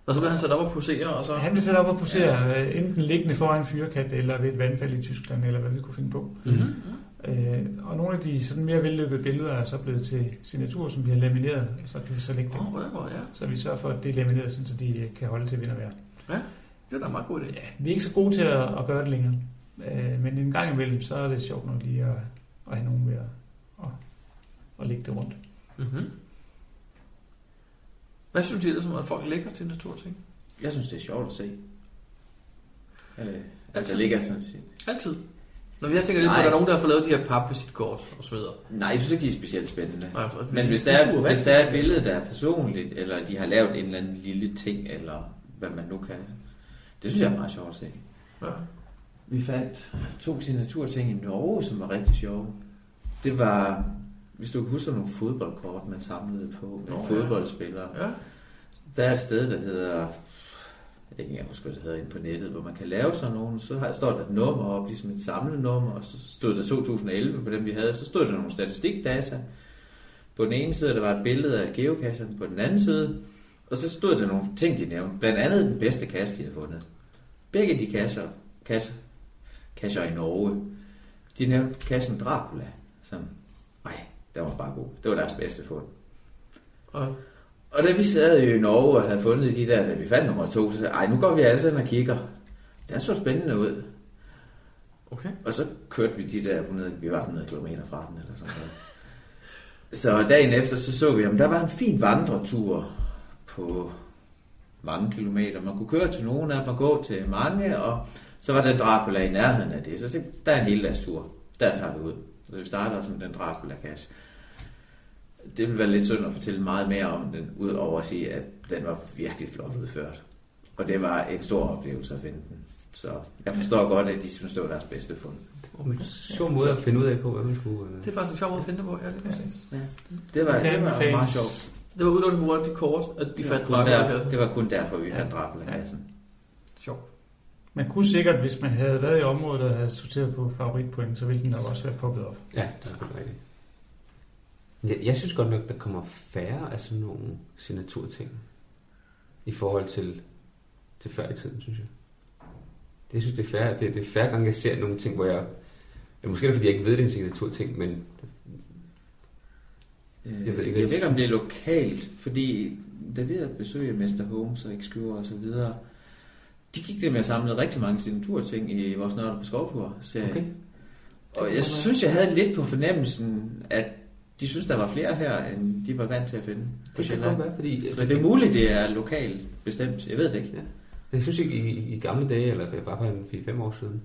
Og så bliver han sat op og poserer, og så... Og han blev sat op og posere ja. enten liggende foran en fyrekat, eller ved et vandfald i Tyskland, eller hvad vi kunne finde på. Mm-hmm. Øh, og nogle af de sådan mere vellykkede billeder er så blevet til signaturer, som vi har lamineret, og så kan vi så lægge dem. Åh, hvor er det, ja. Så vi sørger for, at det er lamineret, sådan, så de øh, kan holde til vind og vejr. Det er da en meget god idé. Ja, vi er ikke så gode til at, at gøre det længere. Øh, men en gang imellem, så er det sjovt nok lige at, at have nogen ved at, at, at lægge det rundt. Mm-hmm. Hvad synes I ellers om, at folk lægger til naturting? Jeg synes, det er sjovt at se. Øh, at Altså- der ligger sådan set. Altid. Når jeg tænker lidt på, Nej. at der er nogen, der har fået lavet de her pap ved sit kort og så videre. Nej, jeg synes ikke, de er specielt spændende. Nej, for- Men hvis de der, er, suger vand. hvis der er et billede, der er personligt, eller de har lavet en eller anden lille ting, eller hvad man nu kan, det synes jeg er meget sjovt at se. Ja. Vi fandt to signaturting i Norge, som var rigtig sjove. Det var, hvis du kan huske nogle fodboldkort, man samlede på med Nå, ja. fodboldspillere. ja. Der er et sted, der hedder, jeg kan ikke engang huske, hvad det hedder inde på nettet, hvor man kan lave sådan nogle. Så har, står der et nummer op, ligesom et samlenummer, og så stod der 2011 på dem, vi havde. Så stod der nogle statistikdata. På den ene side, der var et billede af geocacheren, på den anden side, og så stod der nogle ting, de nævnte. Blandt andet den bedste kasse, de havde fundet. Begge de kasser, kasser, kasser i Norge, de nævnte kassen Dracula, som, nej, den var bare god. Det var deres bedste fund. Og Og da vi sad jo i Norge og havde fundet de der, da vi fandt nummer to, så sagde jeg, ej, nu går vi alle sammen og kigger. Den så spændende ud. okay. Og så kørte vi de der 100, vi var 100 km fra den eller sådan noget. Så dagen efter, så så vi, at der var en fin vandretur på mange kilometer. Man kunne køre til nogen af dem og gå til mange, og så var der Dracula i nærheden af det. Så tænkte, jeg, der er en hel dags tur. Der tager vi ud. Så vi starter også med den Dracula-kasse. Det ville være lidt synd at fortælle meget mere om den, udover at sige, at den var virkelig flot udført. Og det var en stor oplevelse at finde den. Så jeg forstår godt, at de synes, det var deres bedste fund. En sjov måde at finde ud af på, hvad man skulle... Øh... Det er faktisk en sjov måde at finde det på, ja, lige præcis. Det var, Så kan det var anbefales. meget sjovt. Det var udelukkende på grund af de kort, at de fandt Kun Dracula i der, kassen. det var kun derfor, vi Ja. fandt Dracula-kassen. Man kunne sikkert, hvis man havde været i området og havde sorteret på favoritpoint, så ville den nok også være poppet op. Ja, det er selvfølgelig rigtigt. Jeg, jeg synes godt nok, der kommer færre af sådan nogle signaturting i forhold til, til før i tiden, synes jeg. Det jeg synes det er færre. Det, det er færre gange, jeg ser nogle ting, hvor jeg... Ja, måske er det, fordi jeg ikke ved, det er en signaturting, men Øh, Jeg Jeg ved ved ikke, ikke, om det er lokalt, fordi da vi havde besøg af Mester Holmes og Excure og så videre, de gik det med at samle rigtig mange signaturting i vores nørder på skovtur serie. Okay. Okay. Og jeg synes, jeg havde lidt på fornemmelsen, at de synes, der var flere her, end de var vant til at finde på det kan Sjælland. godt være, fordi... Så det er muligt, det er lokalt bestemt. Jeg ved det ikke. Jeg synes ikke, i, i gamle dage, eller for jeg var på en 4-5 år siden,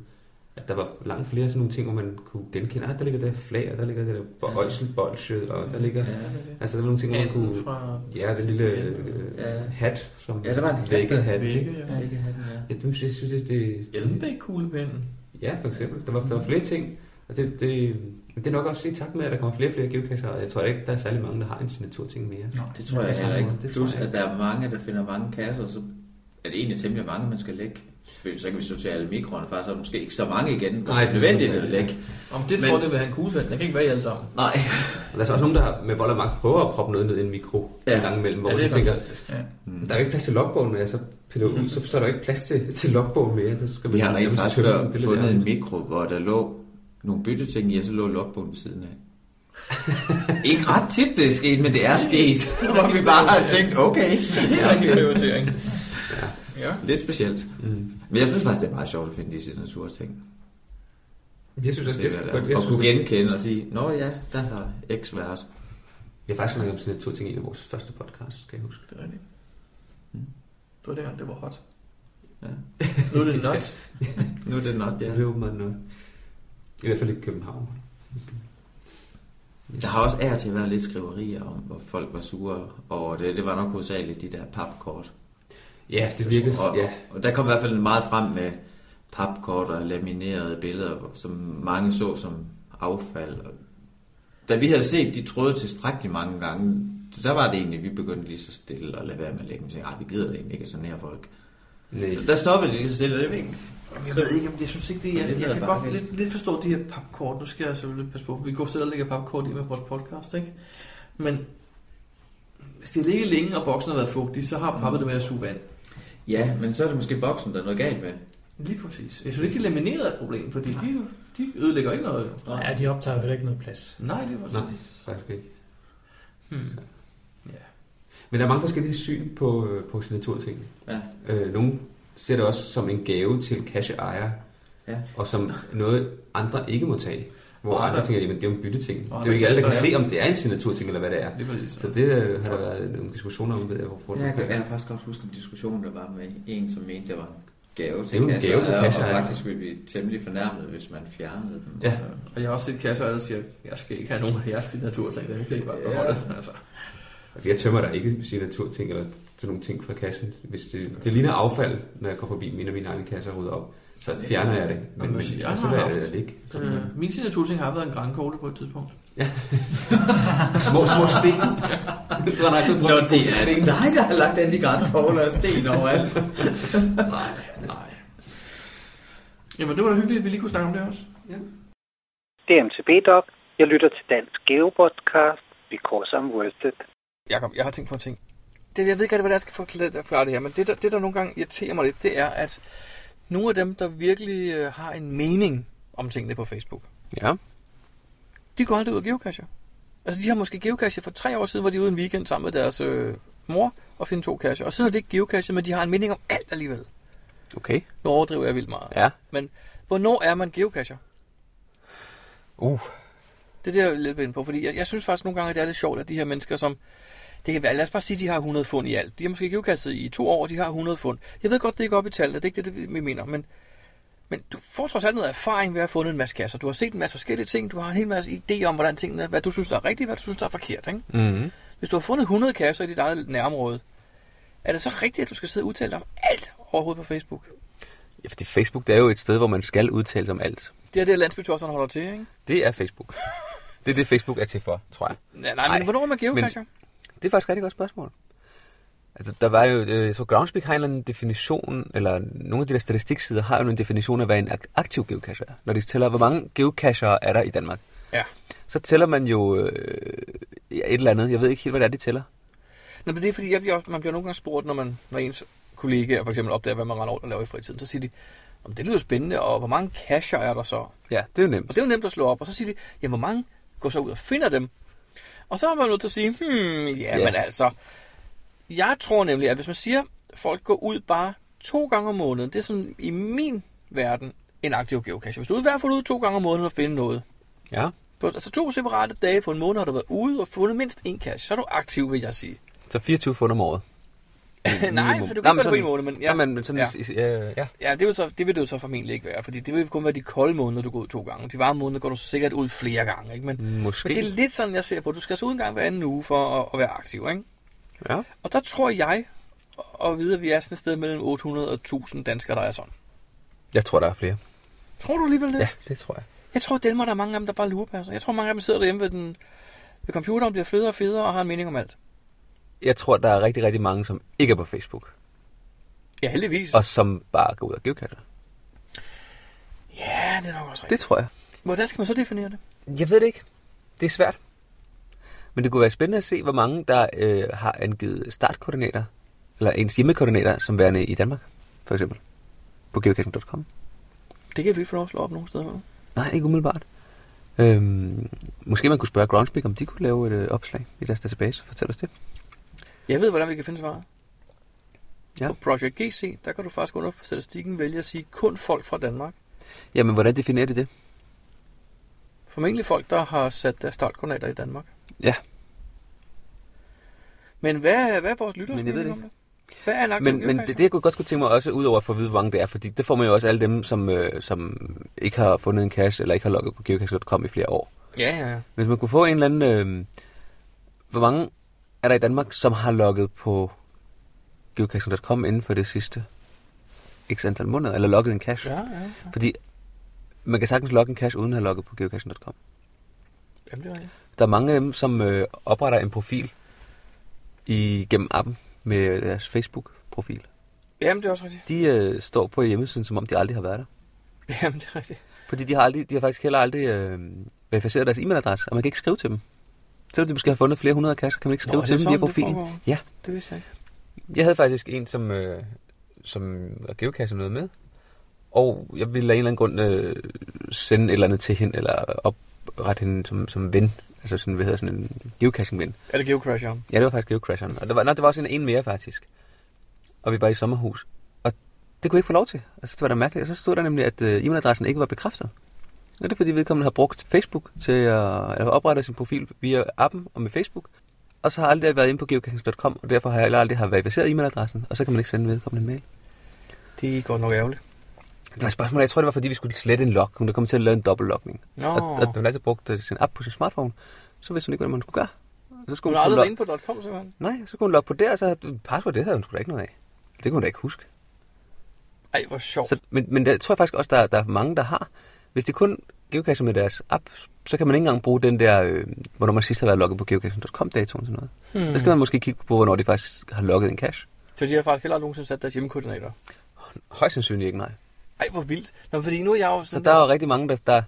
at der var langt flere sådan nogle ting, hvor man kunne genkende, ah, der ligger det her flag, og der ligger det der øjselbolsje, og der ligger... Ja. Altså, der var nogle ting, hvor man Anden kunne... fra... Ja, den lille øh, Ja. hat, som Ja, der var en hat, vækket der- hat. Vægge, ikke? ja. Ja. Ikke han, ja. Jeg synes, jeg synes, det, det, Elmbæk-kuglepinden. Ja, for eksempel. Der var, der var flere ting, og det, det, det er nok også i takt med, at der kommer flere og flere geokasser, og jeg tror ikke, der er særlig mange, der har en signaturting mere. Det tror jeg Ja, det heller tror ikke. jeg Plus, ikke. at der er mange, der finder mange kasser, og så er det egentlig temmelig mange, man skal lægge. Selvfølgelig, så kan vi sortere alle mikroerne fra, så er der måske ikke så mange igen, hvor Nej, Nej, det det er nødvendigt er at sådan, ja. lægge. Om det Men- tror det vil have en kuglefald. Den kan ikke være i alle sammen. Nej, Og der er så også nogen, der har med vold og magt prøver at proppe noget ned i en mikro ja. Ja. en gang imellem, hvor Ja, ja, det jeg er tænker, "Hmm, fantastisk. der er jo ikke plads til logbogen, når jeg så piller ud, så, så er der jo ikke plads til, til logbogen mere. Så skal vi man- har rent så faktisk tømme før den, det er fundet lidt en mikro, hvor der lå nogle bytteting i, og så lå logbogen ved siden af. ikke ret tit, det er sket, men det er sket. hvor vi bare har tænkt, okay. Det er rigtig prioritering. Ja. Lidt specielt. Mm. Men jeg synes faktisk, det er meget sjovt at finde de signaturer ting. Jeg synes, Og, at se, det hvad er der godt. er. Jeg og kunne synes, at- genkende og sige, Nå ja, der har X været. Vi har faktisk snakket om sådan to ting i en af vores første podcast, skal jeg huske. Det er rigtigt. Det var dengang, det var hot. Ja. Nu er det not. Nu er det not, ja. Det er åbenbart noget. I hvert fald ikke København. Der har også af og til været lidt skriverier om, hvor folk var sure over det. Det var nok hovedsageligt de der papkort. Ja, det virker, Og, ja. og der kom i hvert fald meget frem med papkort og laminerede billeder, som mange så som affald. Og Da vi havde set de tråde tilstrækkeligt mange gange, der var det egentlig, vi begyndte lige så stille at lade være med at lægge dem. Vi tænkte, "Ej, vi gider det egentlig ikke at sanere folk. Nej. Så der stoppede det lige så stille, og det var ikke. Jamen, Jeg ved ikke, om det, jeg synes ikke, det er... Men det Jeg, jeg lyder kan bare godt fedt. lidt, lidt forstå de her papkort. Nu skal jeg så lidt passe på, for vi går selv og lægger papkort i med vores podcast, ikke? Men hvis de har ligget længe, og boksen har været fugtig, så har pappet det med at suge vand. Ja, men så er det måske boksen, der er noget galt med. Lige præcis. Jeg synes ikke, de laminerede er et problem, fordi de, de ødelægger ikke noget. Nej. Nej, Ja, de optager jo heller ikke noget plads. Nej det var Nej, sådan. faktisk ikke. Hmm. Men der er mange forskellige syn på, øh, på signaturting. Ja. Øh, nogle ser det også som en gave til cash-ejer, Ja. og som noget, andre ikke må tage. Hvor Og andre, andre- tænker, jamen det er jo en bytteting. Og Det er jo andre ikke alle, der kan kasser, se, om det er en signaturting, eller hvad det er. Lige præcis. Så det øh, har der været nogle diskussioner om, ved jeg, hvorfor Ja, jeg, kan, det jeg er. kan faktisk godt huske en diskussion, der var med en, som mente, det var en gave Det er jo til en gave til kasser, og kasseejere. faktisk ville blive temmelig fornærmet, hvis man fjernede dem. Ja. Og jeg har også set kasser, der siger, jeg skal ikke have nogen af jeres signaturting, der kan ikke bare Ja. beholde. Altså. Altså, jeg tømmer der ikke signaturting eller til nogle ting fra kassen. Hvis det, det ligner affald, når jeg går forbi mine og mine egne kasser og rydder op, så fjerner jeg det. Men, men, man men siger, jeg så har lader jeg haft- det ikke. Øh, min signaturting har været en grankogle på et tidspunkt. Små, små sten. Du har nok altid Nå, brugt en det pose er sten. dig, der har lagt alle de grænkogler og sten overalt. nej, nej. Jamen, det var da hyggeligt, at vi lige kunne snakke om det også. Det er MTB Doc. Jeg lytter til Dansk Geopodcast because I'm worth it. Jakob, jeg har tænkt på en ting. Det, jeg ved ikke rigtig, hvordan jeg skal forklare- forklare det her, men det der, det, der nogle gange irriterer mig lidt, det er, at nogle af dem, der virkelig øh, har en mening om tingene på Facebook, Ja. de går aldrig ud og geocacher. Altså, de har måske geocachet for tre år siden, hvor de er ude en weekend sammen med deres øh, mor og finde to cacher. Og så er det ikke geocachet, men de har en mening om alt alligevel. Okay. Nu overdriver jeg vildt meget. Ja. Men hvornår er man geocacher? Uh. Det er det, jeg er lidt inde på, fordi jeg, jeg synes faktisk nogle gange, at det er lidt sjovt, at de her mennesker, som... Det kan være, lad os bare sige, at de har 100 fund i alt. De har måske geocastet i to år, og de har 100 fund. Jeg ved godt, det er ikke op i tallet, det er ikke det, det, vi mener, men, men du får trods alt noget erfaring ved at have fundet en masse kasser. Du har set en masse forskellige ting, du har en hel masse idé om, hvordan tingene, er, hvad du synes, der er rigtigt, hvad du synes, der er forkert. Ikke? Mm-hmm. Hvis du har fundet 100 kasser i dit eget nærområde, er det så rigtigt, at du skal sidde og udtale dig om alt overhovedet på Facebook? Ja, fordi Facebook, det er jo et sted, hvor man skal udtale sig om alt. Det er det, landsbytosserne holder til, ikke? Det er Facebook. Det er det, Facebook er til for, tror jeg. Nej, nej, men Nej, hvornår er man geocacher? Det er faktisk et rigtig godt spørgsmål. Altså, der var jo, øh, jeg tror, Groundspeak har en eller anden definition, eller nogle af de der statistiksider har jo en definition af, hvad en ak- aktiv geocacher er. Når de tæller, hvor mange geocacher er der i Danmark, Ja. så tæller man jo øh, ja, et eller andet. Jeg ved ikke helt, hvad det er, de tæller. Nå, men det er fordi, jeg bliver også, man bliver nogle gange spurgt, når, man, når ens kollegaer for eksempel opdager, hvad man render rundt og laver i fritiden, så siger de, om det lyder spændende, og hvor mange casher er der så? Og Ja, det er jo nemt. det er jo nemt at slå op, og så siger de, ja, hvor mange går så ud og finder dem? Og så er man nødt til at sige, hmm, ja, Ja. men altså, jeg tror nemlig, at hvis man siger, at folk går ud bare to gange om måneden, det er sådan i min verden en aktiv geocache. Hvis du er i hvert fald ude to gange om måneden og finde noget, Ja, på, altså to separate dage på en måned har du været ude og fundet mindst en cache, så er du aktiv, vil jeg sige. så 24 fund om året. Nej, for du kan ikke gøre det på en måned, men ja. ja. men, men sådan, ja. ja. Ja, det vil, så, det vil det jo så formentlig ikke være, fordi det vil kun være de kolde måneder, du går ud to gange. De varme måneder går du sikkert ud flere gange, ikke? Men, Måske. men det er lidt sådan, jeg ser på. Du skal altså ud en gang hver anden uge for at, at være aktiv, ikke? Ja. Og der tror jeg, og videre, vi er sådan et sted mellem 800 og 1000 danskere, der er sådan. Jeg tror, der er flere. Tror du alligevel det? Ja, det tror jeg. Jeg tror, Delmer, der er mange af dem, der bare lurer på sig. Jeg tror, mange af dem sidder derhjemme ved, den, ved computeren, bliver federe og federe og har en mening om alt. Jeg tror, der er rigtig, rigtig mange, som ikke er på Facebook. Ja, heldigvis. Og som bare går ud og geocacher. Ja, det er nok også rigtigt. Det tror jeg. Hvordan skal man så definere det? Jeg ved det ikke. Det er svært. Men det kunne være spændende at se, hvor mange, der øh, har angivet startkoordinater, eller ens hjemmekoordinater, som værende i Danmark, for eksempel. På geocaching.com. Det kan vi ikke få lov at slå op nogle steder. Nej, ikke umiddelbart. Øhm, måske man kunne spørge Groundspeak, om de kunne lave et øh, opslag i deres database. Fortæl os det. Jeg ved, hvordan vi kan finde svaret. Ja. På Project GC, der kan du faktisk under statistikken vælge at sige kun folk fra Danmark. Jamen, hvordan definerer de det? Formentlig folk, der har sat deres startkoordinater i Danmark. Ja. Men hvad, hvad er vores lyttere? Men jeg ved det ikke. Hvad er en aktiv Men, men det, det, jeg kunne godt skulle tænke mig også, udover at få at vide, hvor mange det er, fordi det får man jo også alle dem, som, øh, som ikke har fundet en cache, eller ikke har logget på geocache.com i flere år. Ja, ja, ja. Hvis man kunne få en eller anden... Øh, hvor mange er der i Danmark, som har logget på geocaching.com inden for det sidste x antal måneder, eller logget en cache? Ja, ja, ja. Fordi man kan sagtens logge en cache uden at have logget på geocaching.com. Jamen, det er rigtigt. Der er mange af dem, som øh, opretter en profil i, gennem appen med deres Facebook-profil. Jamen, det er også rigtigt. De øh, står på hjemmesiden, som om de aldrig har været der. Jamen, det er rigtigt. Fordi de har, aldrig, de har faktisk heller aldrig øh, verificeret deres e-mailadresse, og man kan ikke skrive til dem. Selvom de måske har fundet flere hundrede kasser, kan man ikke skrive Nå, er til det dem via sådan, det profilen. foregår? Ja. Det vidste jeg ikke. Jeg havde faktisk en, som, øh, som var geocacher noget med, og jeg ville af en eller anden grund øh, sende et eller andet til hende, eller oprette hende som, som ven. Altså sådan, hvad hedder sådan en geocaching-ven. Er det geocrasheren? Ja, det var faktisk geocacheren. Og der var, nej, det var også en, en mere faktisk. Og vi var i sommerhus. Og det kunne jeg ikke få lov til. Altså, det var da mærkeligt. Og så stod der nemlig, at øh, e-mailadressen ikke var bekræftet. Og det er fordi vedkommende har brugt Facebook til at eller oprettet sin profil via appen og med Facebook. Og så har jeg aldrig været inde på geocaching.com, og derfor har jeg heller aldrig har verificeret e-mailadressen, og så kan man ikke sende vedkommende en mail. Det er godt nok ærgerligt. Det var et spørgsmål, jeg tror det var fordi vi skulle slette en log. Hun der kom til at lave en dobbeltlogning. Nå. Og, og hun altså brugt øh, sin app på sin smartphone, så vidste hun ikke, hvad man skulle gøre. Så Hun skulle kunne har aldrig været log- inde på .com, simpelthen. Nej, så kunne hun logge på der, og så havde password, det havde hun sgu da ikke noget af. Det kunne hun da ikke huske. Ej, hvor sjovt. Så, men, men det tror jeg faktisk også, der, der er mange, der har. Hvis de kun geocacher med deres app, så kan man ikke engang bruge den der, øh, hvornår man sidst har været logget på geocaching.com-datoen til noget. Hmm. Hmm. Der skal man måske kigge på, hvornår de faktisk har logget en cache. Så de har faktisk heller aldrig nogensinde sat deres hjemmekoordinater. Højst sandsynligt ikke, nej. Ej, hvor vildt. Nå, fordi nu er jeg jo Så sådan der er jo rigtig mange, der, der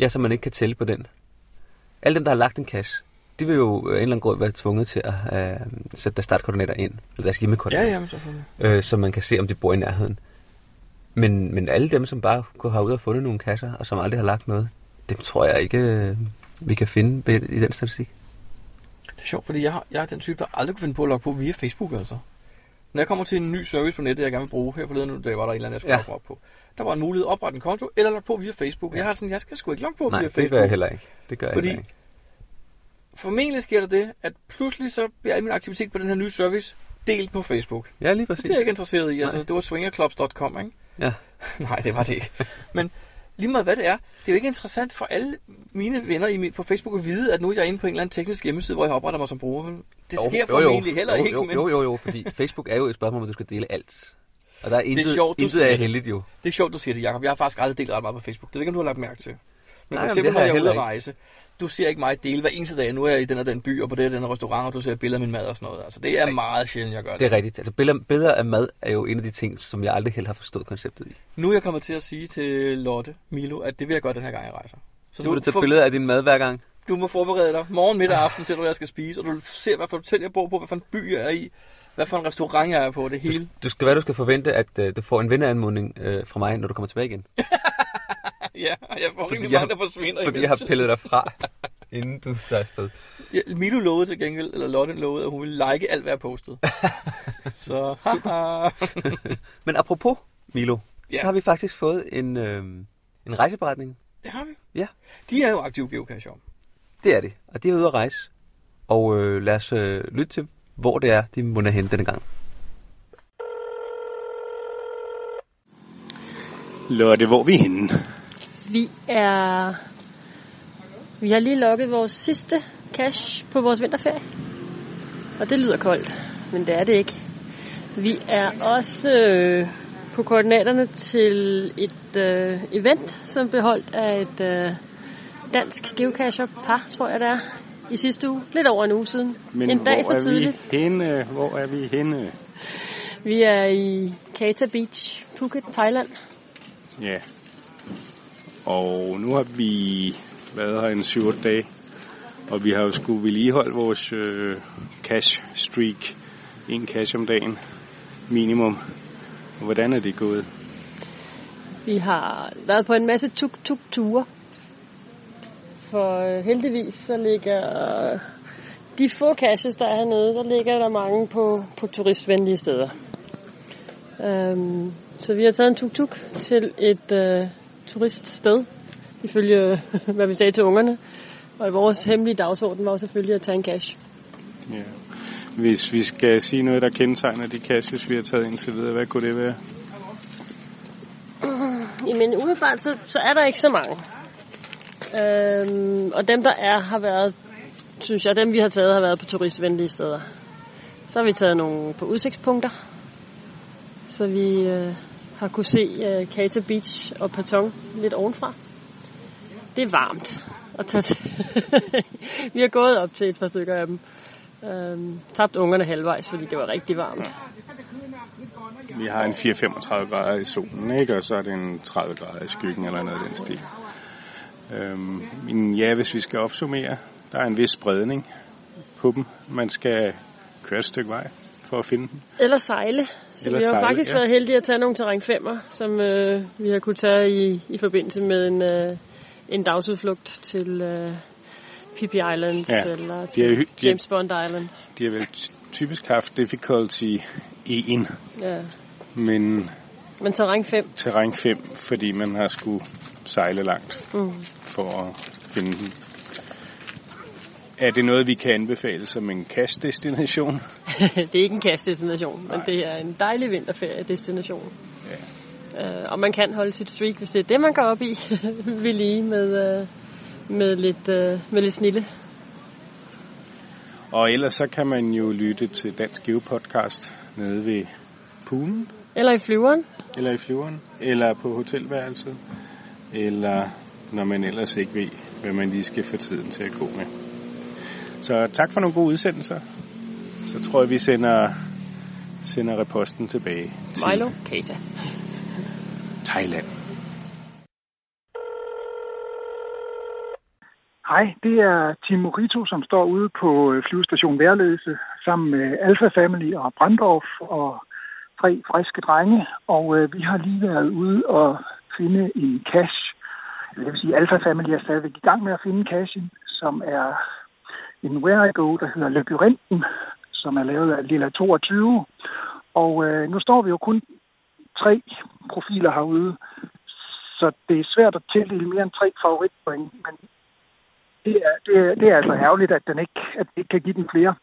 ja, som man ikke kan tælle på den. Alle dem, der har lagt en cache, de vil jo øh, af en eller anden grund være tvunget til at øh, sætte deres startkoordinater ind, eller deres Ja, hjemmekoordinater. ja, men selvfølgelig. øh, så man kan se, om de bor i nærheden. Men, men alle dem, som bare går herud og fundet nogle kasser, og som aldrig har lagt noget, dem tror jeg ikke, øh, vi kan finde ved- i den statistik. Det er sjovt, fordi jeg, har, jeg er den type, der aldrig kunne finde på at logge på via Facebook, altså. Når jeg kommer til en ny service på nettet, jeg gerne vil bruge, her forleden, uge, da var der et eller andet, jeg skulle ja. Ja. logge mig op på. Der var en mulighed at oprette en konto, eller logge på via Facebook. Ja. Jeg har sådan, jeg skal sgu ikke logge på Nej, via det Facebook. gør jeg heller ikke. Det gør jeg Fordi heller ikke. formentlig sker der det, at pludselig så bliver al min aktivitet på den her nye service delt på Facebook. Ja, lige Det præcis. er jeg ikke interesseret i. Altså, Nej. det var swingerclubs.com, ikke? Ja. Nej, det var det ikke. Men lige meget hvad det er, det er jo ikke interessant for alle mine venner i min, på Facebook at vide, at nu er jeg inde på en eller anden teknisk hjemmeside, hvor jeg opretter mig som bruger. vel? Det sker Jo, jo, jo. formentlig heller jo, ikke, Jo, men jo, jo, jo, fordi Facebook er jo et spørgsmål, om at du skal dele alt. Og der er intet, sjovt, du intet siger er det. heldigt jo. det er sjovt, du siger det, Jacob. Jeg har faktisk aldrig delt ret meget på Facebook. Det ved jeg ikke, om du har lagt mærke til. Men Nej, jamen, for eksempel, det har når jeg jeg er ude at heller rejse, du ser ikke mig dele hver eneste dag, nu er jeg i den og den by, og på den og den restaurant, og du ser billeder af min mad og sådan noget. Altså, det er meget sjældent, jeg gør det. Det er rigtigt. Altså billeder, billeder af mad er jo en af de ting, som jeg aldrig helt har forstået konceptet i. Nu er jeg kommet til at sige til Lotte Milo, at det vil jeg gøre den her gang, jeg rejser. Så du må du tage for- billeder af din mad hver gang. du må forberede dig morgen, middag og aften til, hvad jeg skal spise, og du ser, hvad for et hotel jeg bor på, hvad for en by jeg er i, hvad for en restaurant jeg er på, det hele. Du skal, hvad du skal forvente, at øh, du får en venneanmodning øh, fra mig, når du kommer tilbage igen. Ja, og jeg får rimelig jeg mange, der har- forsvinder. Fordi imens. jeg har pillet dig fra, inden du tager afsted. Ja, Milo lovede til gengæld, eller Lotte lovede, at hun ville like alt, hvad jeg postede. Så, haha. Men apropos Milo, Ja. så har vi faktisk fået en, øh, en rejseberetning. det har vi. Ja. De er jo aktive geocacher. Det er det, og det er ude at rejse. Og øh, lad os øh, lytte til, hvor det er, de munder hen denne gang. Lotte, hvor er vi henne? Vi er... Vi har lige lukket vores sidste cash på vores vinterferie. Og det lyder koldt, men det er det ikke. Vi er også øh, på koordinaterne til et øh, event, som blev holdt af et øh, dansk geocacher-par, tror jeg det er, i sidste uge. Lidt over en uge siden. Men en dag hvor for er tidligt. vi henne? Hvor er vi henne? Vi er i Kata Beach, Phuket, Thailand. Ja. Og nu har vi været her en 7 dage, og vi har jo skulle vedligeholde vores øh, cash streak. En cash om dagen, minimum. Hvordan er det gået? Vi har været på en masse tuk-tuk-ture. For øh, heldigvis så ligger øh, de få caches, der er hernede, der ligger der mange på, på turistvenlige steder. Øhm, så vi har taget en tuk-tuk til et øh, turiststed, ifølge øh, hvad vi sagde til ungerne. Og vores hemmelige dagsorden var jo selvfølgelig at tage en cache. Ja. Hvis vi skal sige noget, der kendetegner de caches, vi har taget indtil videre, hvad kunne det være? Mm, Jamen umiddelbart, så, så er der ikke så mange. Øhm, og dem, der er, har været, synes jeg, dem vi har taget, har været på turistvenlige steder. Så har vi taget nogle på udsigtspunkter, så vi øh, har kunne se øh, Kata Beach og Patong lidt ovenfra. Det er varmt at tage til. vi har gået op til et par stykker af dem. Øhm, tabt ungerne halvvejs, fordi det var rigtig varmt. Vi har en 4-35 grader i solen, ikke? og så er det en 30 grader i skyggen eller noget af den stil. Øhm, men ja, hvis vi skal opsummere, der er en vis spredning på dem. Man skal køre et stykke vej for at finde dem. Eller sejle. Så Eller Eller vi har sejle, sejle, faktisk ja. ja. været heldige at tage nogle terræn 5'er, som øh, vi har kunne tage i, i forbindelse med en, øh, en dagsudflugt til øh, Pippi Islands Ja, ja. eller de er til hy- de er- James Bond Island. De har vel ty- typisk haft difficulty 1, Ja. men Men terræn 5. terræn 5, fordi man har skulle sejle langt Mm. for at finde den. Er det noget, vi kan anbefale som en kastdestination? det er ikke en kastdestination, men det er en dejlig vinterferiedestination. Ja. Øh, og man kan holde sit streak, hvis det er det, man går op i, ved lige med, øh, med, lidt, øh, med lidt snille. Og ellers så kan man jo lytte til Dansk Geopodcast nede ved poolen, Eller i flyveren. eller i flyveren, eller på hotelværelset, eller når man ellers ikke ved, hvad man lige skal få tiden til at gå med. Så tak for nogle gode udsendelser. Så tror jeg, vi sender, sender reposten tilbage til Milo, Kata. Thailand. Hej, det er Tim Morito, som står ude på øh, flyvestation Værløse sammen med Alpha Family og Brandorf og tre friske drenge. Og øh, vi har lige været ude og finde en cache. Eller Det vil sige, Alpha Family er stadigvæk i gang med at finde cachen, som er en Where I Go, der hedder Labyrinten, som er lavet af Lilla 22. Og øh, nu står vi jo kun tre profiler herude, så det er svært at tildele mere end tre favoritpoint, men det er, det, er, det er altså ærgerligt, at, den ikke, at vi ikke kan give den flere.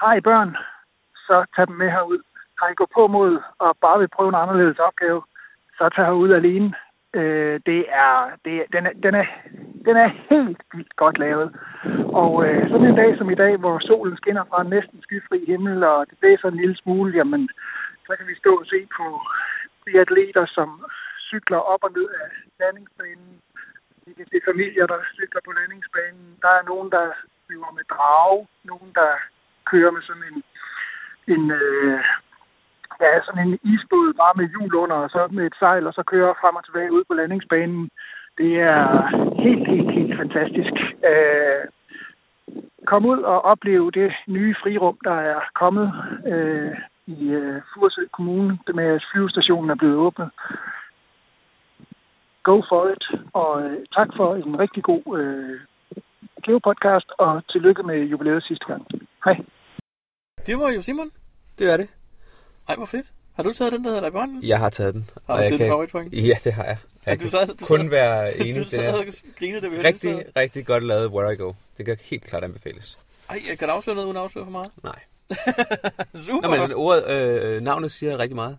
Har I børn, så tag dem med herud. Har I gået på mod og bare vil prøve en anderledes opgave, så tag herud alene. Øh, det er, det er, den, er, den, er, den er helt vildt godt lavet. Og øh, sådan en dag som i dag, hvor solen skinner fra en næsten skyfri himmel, og det blæser en lille smule, jamen, så kan vi stå og se på de atleter, som cykler op og ned af landingsbanen. Vi kan se familier, der cykler på landingsbanen. Der er nogen, der flyver med drage. Nogen, der kører med sådan en, en øh, ja, sådan en isbåd bare med hjul under, og så med et sejl, og så kører frem og tilbage ud på landingsbanen. Det er helt, helt, helt fantastisk. Øh, kom ud og opleve det nye frirum, der er kommet øh, i øh, Furesø Kommune, det med at flyvestationen er blevet åbnet go for it, og øh, tak for en rigtig god øh, Geo-podcast, og tillykke med jubilæet sidste gang. Hej. Det var jo Simon. Det er det. Ej, hvor fedt. Har du taget den, der hedder dig børnene? Jeg har taget den. Har du jeg givet den favoritpoint? Ja, det har jeg. Ja, Jeg du kan sad- du kun sad- være du enig. sad og grinede, da vi hørte det, rigtig, rigtig godt lavet Where I Go. Det kan helt klart anbefales. Ej, jeg kan da afsløre noget, uden at afsløre for meget. Nej. Super. Nå, men ordet, øh, navnet siger rigtig meget.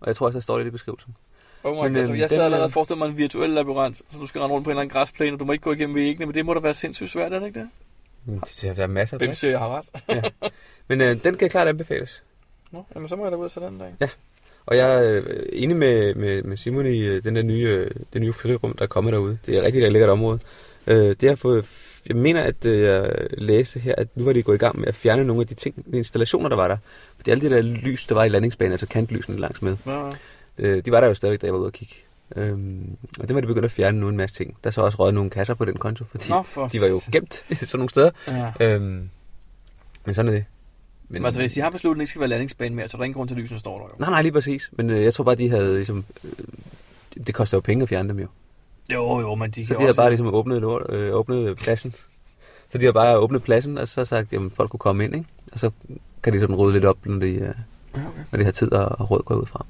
Og jeg tror også, der står det i beskrivelsen. Oh my Men, God, altså, øhm, jeg sad den, allerede og øh, forestillede mig en virtuel labyrint, så du skal rende rundt på en eller anden græsplæne, og du må ikke gå igennem væggene, men det må da være sindssygt svært, er det ikke det? Der der er masser af Hvem plads. siger, jeg har ret? ja. Men øh, den kan klart anbefales. Nå, jamen så må jeg da ud og tage den dag. Ja. Og jeg er øh, enig med, med, med Simon i øh, den der nye, øh, det nye frirum, der er kommet derude. Det er et rigtig, rigtig lækkert område. Øh, det har fået, jeg mener, at øh, jeg læste her, at nu var de gået i gang med at fjerne nogle af de ting, de installationer, der var der. Fordi alle de der lys, der var i landingsbanen, altså kantlysene langs med, Ja, ja. øh, de var der jo stadigvæk, da jeg var ude og kigge. Øhm, og det var de begyndt at fjerne nu en masse ting. Der er så også røget nogle kasser på den konto, fordi Nå, for de var jo gemt sådan nogle steder. Ja. Øhm, men sådan er det. Men, altså, hvis de har besluttet, at det ikke skal være landingsbane mere, så er der ingen grund til, at lysene står der jo. Nej, nej, lige præcis. Men øh, jeg tror bare, de havde ligesom... Øh, det koster jo penge at fjerne dem jo. Jo, jo, men de så kan de havde også- bare ligesom åbnet, lort, øh, åbnet pladsen. Så de har bare åbnet pladsen, og så sagt, at folk kunne komme ind, ikke? Og så kan de sådan rydde lidt op, når de, øh, okay. når de har tid og, og råd går ud fra.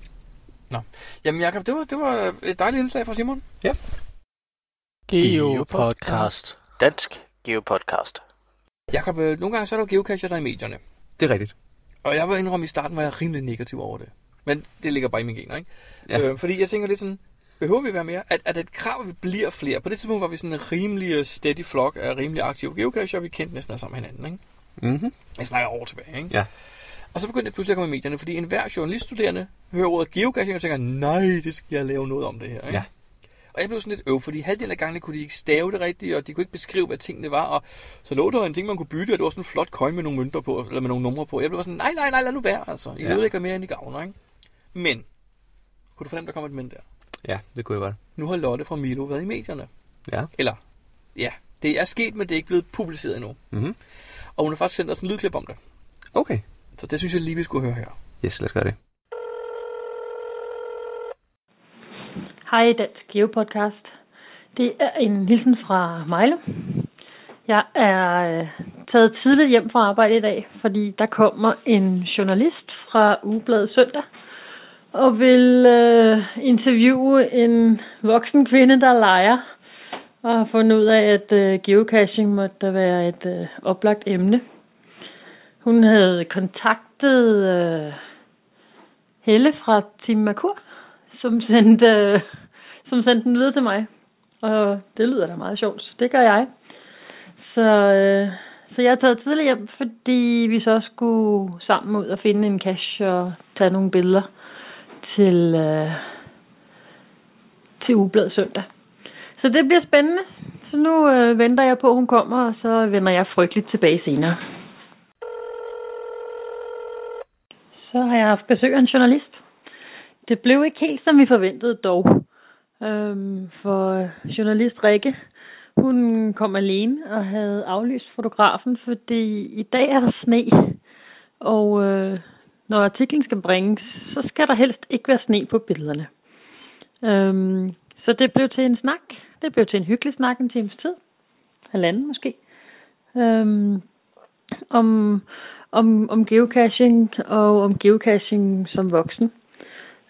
Nå. Jamen Jacob, det var, det var øh, et dejligt indslag fra Simon. Ja. Geopodcast. Dansk Geopodcast. Jacob, øh, nogle gange så er der jo geocacher, der er i medierne. Det er rigtigt. Og jeg vil indrømme, i starten var jeg rimelig negativ over det. Men det ligger bare i mine gener, ikke? Ja. Ja. Øh, fordi jeg tænker lidt sådan, behøver vi være mere? At, at et krav, at vi bliver flere. På det tidspunkt var vi sådan en rimelig øh, steady flok af rimelig aktive geocacher, og vi kendte næsten alle sammen hinanden, ikke? Mm-hmm. Jeg snakker år tilbage, ikke? Ja. Og så begyndte det pludselig at komme i medierne, fordi enhver journaliststuderende hører ordet geocaching og tænker, nej, det skal jeg lave noget om det her. Ikke? Ja. Og jeg blev sådan lidt øv, fordi halvdelen af gangene kunne de ikke stave det rigtigt, og de kunne ikke beskrive, hvad tingene var. Og så lå der en ting, man kunne bytte, og det var sådan en flot coin med nogle mønter på, eller med nogle numre på. Jeg blev bare sådan, nej, nej, nej, lad nu være, altså. I Ja. ja. ødelægger mere, end I gavner, ikke? Men, kunne du fornemme, der kom et men der? Ja, det kunne jeg godt. Nu har Lotte fra Milo været i medierne. Ja. Eller, ja, det er sket, men det er ikke blevet publiceret endnu. Mm-hmm. Og hun har faktisk sendt os en lydklip om det. Okay. Så det synes jeg lige, vi skulle høre her. Yes, lad os gøre det. Hej Dansk Geopodcast. Det er en hilsen fra Mejle. Jeg er øh, taget tidligt hjem fra arbejde i dag, fordi der kommer en journalist fra Ugebladet Søndag og vil øh, interviewe en voksen kvinde, der leger og har fundet ud af, at øh, geocaching måtte da være et øh, oplagt emne. Hun havde kontaktet øh, Helle fra Team Makur, som sendte, øh, som sendte den videre til mig. Og det lyder da meget sjovt, så det gør jeg. Så, øh, så jeg er taget tidligt hjem, fordi vi så skulle sammen ud og finde en cache og tage nogle billeder til, øh, til Ublad søndag. Så det bliver spændende. Så nu øh, venter jeg på, at hun kommer, og så vender jeg frygteligt tilbage senere. Så har jeg haft besøg af en journalist. Det blev ikke helt, som vi forventede dog. Øhm, for journalist Rikke, hun kom alene og havde aflyst fotografen, fordi i dag er der sne. Og øh, når artiklen skal bringes, så skal der helst ikke være sne på billederne. Øhm, så det blev til en snak. Det blev til en hyggelig snak en times tid. Halvanden måske. Øhm, om, om, om geocaching og om geocaching som voksen.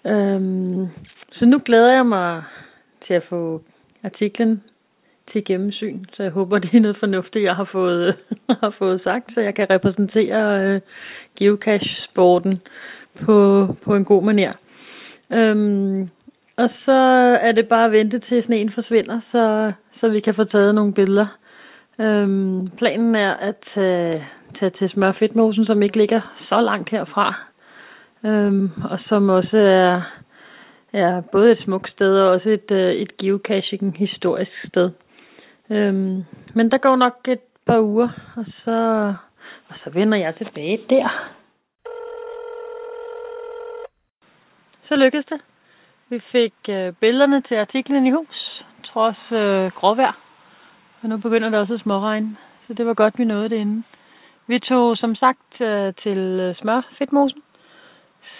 Øhm, så nu glæder jeg mig til at få artiklen til gennemsyn, så jeg håber, det er noget fornuftigt, jeg har fået, har fået sagt, så jeg kan repræsentere øh, geocache-sporten på, på en god manier. Øhm, og så er det bare at vente til sneen forsvinder, så, så vi kan få taget nogle billeder. Øhm, planen er at tage, tage til Smørfedtmosen, som ikke ligger så langt herfra, øhm, og som også er, er både et smukt sted og også et, øh, et geocaching historisk sted. Øhm, men der går nok et par uger, og så, og så vender jeg tilbage der. Så lykkedes det. Vi fik øh, billederne til artiklen i hus, trods øh, gråvejr. Og nu begynder det også at småregne, så det var godt, vi nåede det inden. Vi tog som sagt øh, til øh, Smørfedtmosen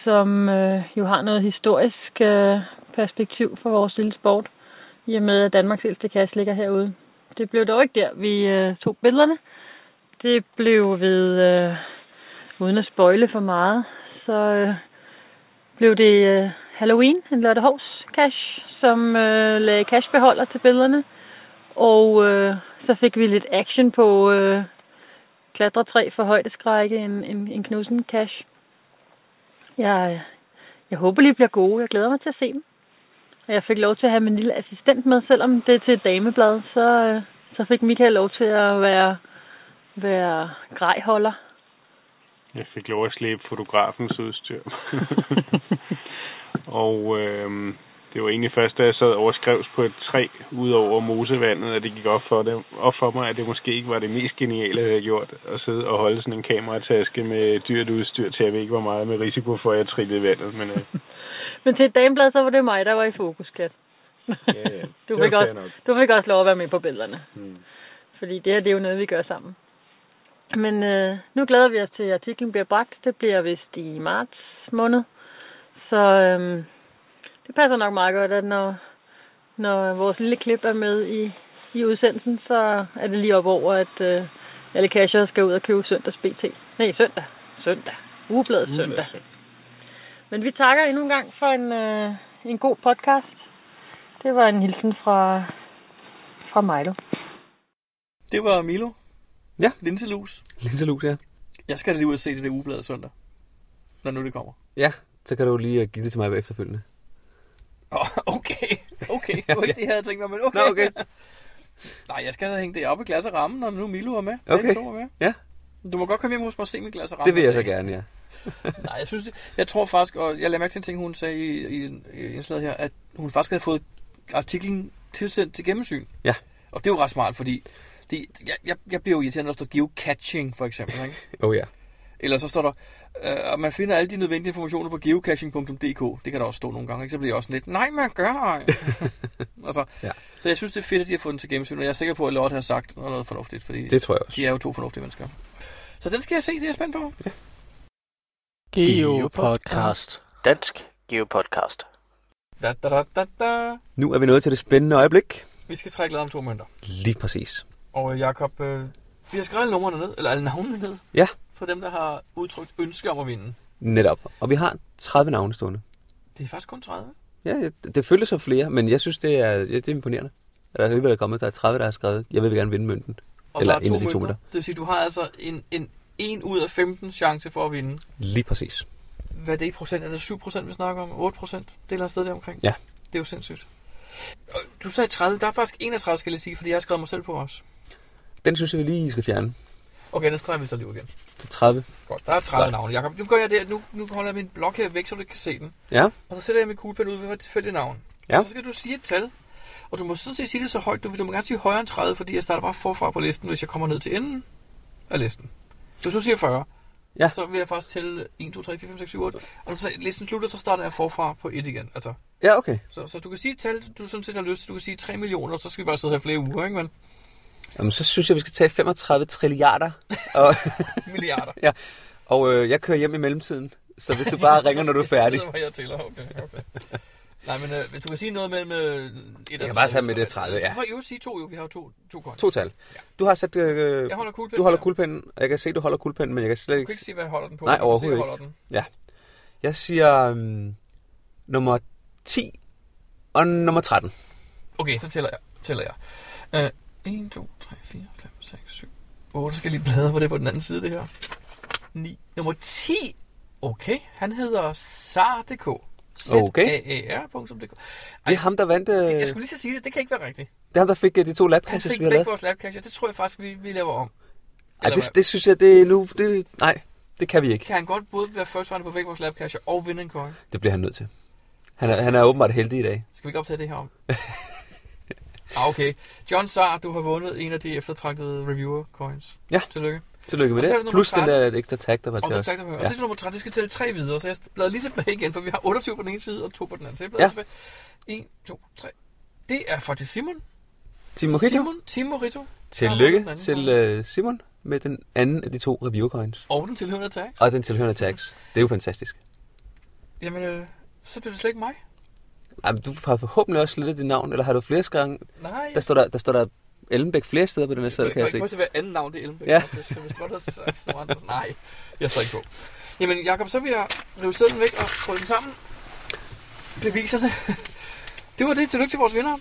som øh, jo har noget historisk øh, perspektiv for vores lille sport, i og med at Danmarks ældste kasse ligger herude. Det blev dog ikke der, vi øh, tog billederne. Det blev ved, øh, uden at spøjle for meget, så øh, blev det øh, Halloween, en Lotte Hovs cash, som øh, lagde cashbeholder til billederne. Og øh, så fik vi lidt action på øh, klatretræ for højdeskrække end, end, end Knudsen Cash. Jeg, jeg håber, de bliver gode. Jeg glæder mig til at se dem. Og jeg fik lov til at have min lille assistent med, selvom det er til et dameblad, så, øh, så fik Michael lov til at være, være grejholder. Jeg fik lov at slæbe fotografens udstyr. og øh, det var egentlig først, da jeg sad overskrevs på et træ ud over mosevandet, at det gik op for, det, op for mig, at det måske ikke var det mest geniale, jeg havde gjort, at sidde og holde sådan en kamerataske med dyrt udstyr til, at jeg ikke var meget med risiko for, at jeg trillede i vandet. Men øh, Men til et dameblad, så var det mig, der var i fokus, Kat. ja, ja. Du Det fik, var fair også, nok. du fik også lov at være med på billederne. Hmm. Fordi det her, det er jo noget, vi gør sammen. Men øh, nu glæder vi os til, at artiklen bliver bragt. Det bliver vist i marts måned. Så øh, det passer nok meget godt, at når, når vores lille klip er med i, i udsendelsen, så er det lige op over, at øh, alle casher skal ud og købe søndags BT. Nej, søndag. Søndag. Ugebladet søndag. Men vi takker endnu en gang for en, øh, en god podcast. Det var en hilsen fra, fra Milo. Det var Milo. Ja. Linselus. Linselus, ja. Jeg skal da lige ud og se det der ugeblad søndag. Når nu det kommer. Ja, så kan du lige øh, give det til mig efterfølgende. Okay, okay. Det var ikke det, jeg havde tænkt mig, men okay. Nå, okay. Nej, jeg skal da hænge det op i glas og ramme, når nu Milo er med. Okay. Begge to er med. Ja. Du må godt komme hjem hos mig og se mit glas og ramme. Det vil jeg så gerne, ja. Nej, jeg synes det. Jeg tror faktisk, og jeg lader mærke til en ting, hun sagde i, i, i indslaget her, at hun faktisk havde fået artiklen tilsendt til gennemsyn. Ja. Og det er jo ret smart, fordi det, jeg, jeg, jeg bliver jo irriteret, når der står geocaching, for eksempel. Ikke? Oh ja. Eller så står der, øh, og man finder alle de nødvendige informationer på geocaching.dk. Det kan der også stå nogle gange, ikke? så bliver jeg også sådan lidt, nej, man gør ej. altså, Ja. ja. Så jeg synes, det er fedt, at de har fået den til gennemsyn, og jeg er sikker på, at Lotte har sagt noget, noget fornuftigt, fordi Det tror jeg også. de er jo to fornuftige mennesker. Så den skal jeg se, det er jeg spændt på. Ja. Geopodcast. Dansk Geopodcast. Da, da, da, da, da. Nu er vi nået til det spændende øjeblik. Vi skal trække lader om to mønter. Lige præcis. Og øh, Jakob, øh, vi har skrevet alle numrene ned, eller alle navnene ned, Ja. for dem, der har udtrykt ønske om at vinde. Netop. Og vi har 30 navne stående. Det er faktisk kun 30. Ja, ja, det- det føles som flere, men jeg synes, det er, ja, det er imponerende. At Der er alligevel kommet, der er 30, der har skrevet, jeg vil gerne vinde mønten. Og Eller der er en af de to mønter. Det vil sige, du har altså en, en 1 ud af 15 chance for at vinde. Lige præcis. Hvad er det i procent? Er det 7 procent, vi snakker om? 8 procent? Det er et eller andet sted deromkring. Ja. Det er jo sindssygt. Og Du sagde 30. Der er faktisk 31, skal jeg lige sige, fordi jeg har skrevet mig selv på også. Den synes jeg, vi lige skal fjerne. Okay, den streger vi så lige ud igen. Det er 30. Godt, der er 30 navne, Jacob. Nu gør jeg det, at nu, nu holder jeg min blok her væk, så du ikke kan se den. Ja. Og så sætter jeg min kuglepen ud ved et tilfældigt navn. Ja. Og så skal du sige et tal. Og du må sådan set sige det så højt, du vil. Du må gerne sige højere end 30, fordi jeg starter bare forfra på listen, hvis jeg kommer ned til enden af listen. Hvis du siger 40, ja. så vil jeg faktisk tælle 1, 2, 3, 4, 5, 6, 7, 8. Og så listen slutter, så starter jeg forfra på 1 igen. Altså, Ja, okay. så, så du kan sige et tal, du sådan set har lyst til. Du kan sige 3 millioner, så skal vi bare sidde her flere uger, ikke? Men Jamen, så synes jeg, vi skal tage 35 trilliarder. Og, milliarder. ja. Og øh, jeg kører hjem i mellemtiden. Så hvis du bare ringer, når du er færdig. Så sidder jeg og tæller. Okay, okay. Nej, men øh, hvis du kan sige noget mellem... Øh, et Jeg kan bare tage med det 30, ja. Du får jo sige to, jo. Vi har jo to, to coins. To tal. Du har sat... Øh, Jeg holder kuglepinden, Du holder ja. kuglepinden, og jeg kan se, du holder kuglepinden, men jeg kan slet ikke... kan ikke se, hvad jeg holder den på. Nej, Jeg kan se, overhovedet jeg holder ikke. Ja. Jeg siger øhm, nummer 10 og nummer 13. Okay, så tæller jeg. Tæller jeg. Øh, 1, 2, 3, 4, 5, 6, 7, 8. Skal jeg lige bladre på det på den anden side, det her. 9. Nummer 10. Okay, han hedder Sardk. Okay. Z-A-R.dk. Det er ham, der vandt... Øh, det, Jeg skulle lige til at sige det, det kan ikke være rigtigt. det er ham, der fik øh, de to Han labcatches, fik vi har begge lavet. vores labcacher, det tror jeg faktisk, vi, vi laver om. Ej, eller det, hvad? det synes jeg, det er nu... Det, nej, det kan vi ikke. Kan han godt både være førstvarende på begge vores labcacher og vinde en coin? Det bliver han nødt til. Han er, han er åbenbart heldig i dag. Skal vi ikke optage det her om? ah, okay. John Saar, du har vundet en af de eftertragtede reviewer coins. Ja. Tillykke. Tillykke med Og så er det. nummer Plus den 13. der øh, ekstra tag, der var Og til du os. tak, der hører. Og så er det nummer 13, det skal tælle tre videre, så jeg bladrer lige tilbage igen, for vi har 28 på den ene side og 2 på den anden. Så jeg bladrer Ja. tilbage. 1, 2, 3. Det er faktisk Simon. Timo Kitto. Simon, Timo Rito. Der har Tillykke vundet den til anden øh, Simon med den anden af de to reviewercoins. coin. Og den tilhørende tag. Og den tilhørende tags. Det er jo fantastisk. Jamen, øh, så bliver det slet ikke mig. Jamen, du har forhåbentlig også slettet dit navn, eller har du flere gange? Nej. Der står der, der, står der Ellenbæk flere steder på den her sæde, kan jeg Prøv se. at være andet navn, det er Ellenbæk. Ja. Ja. Hvis du godt havde sagt nogle andre, så nej, jeg står ikke på. Jamen, Jakob, så vil jeg rive sædlen væk og rulle den sammen. Beviserne. Det var det. Tillykke til vores vinder.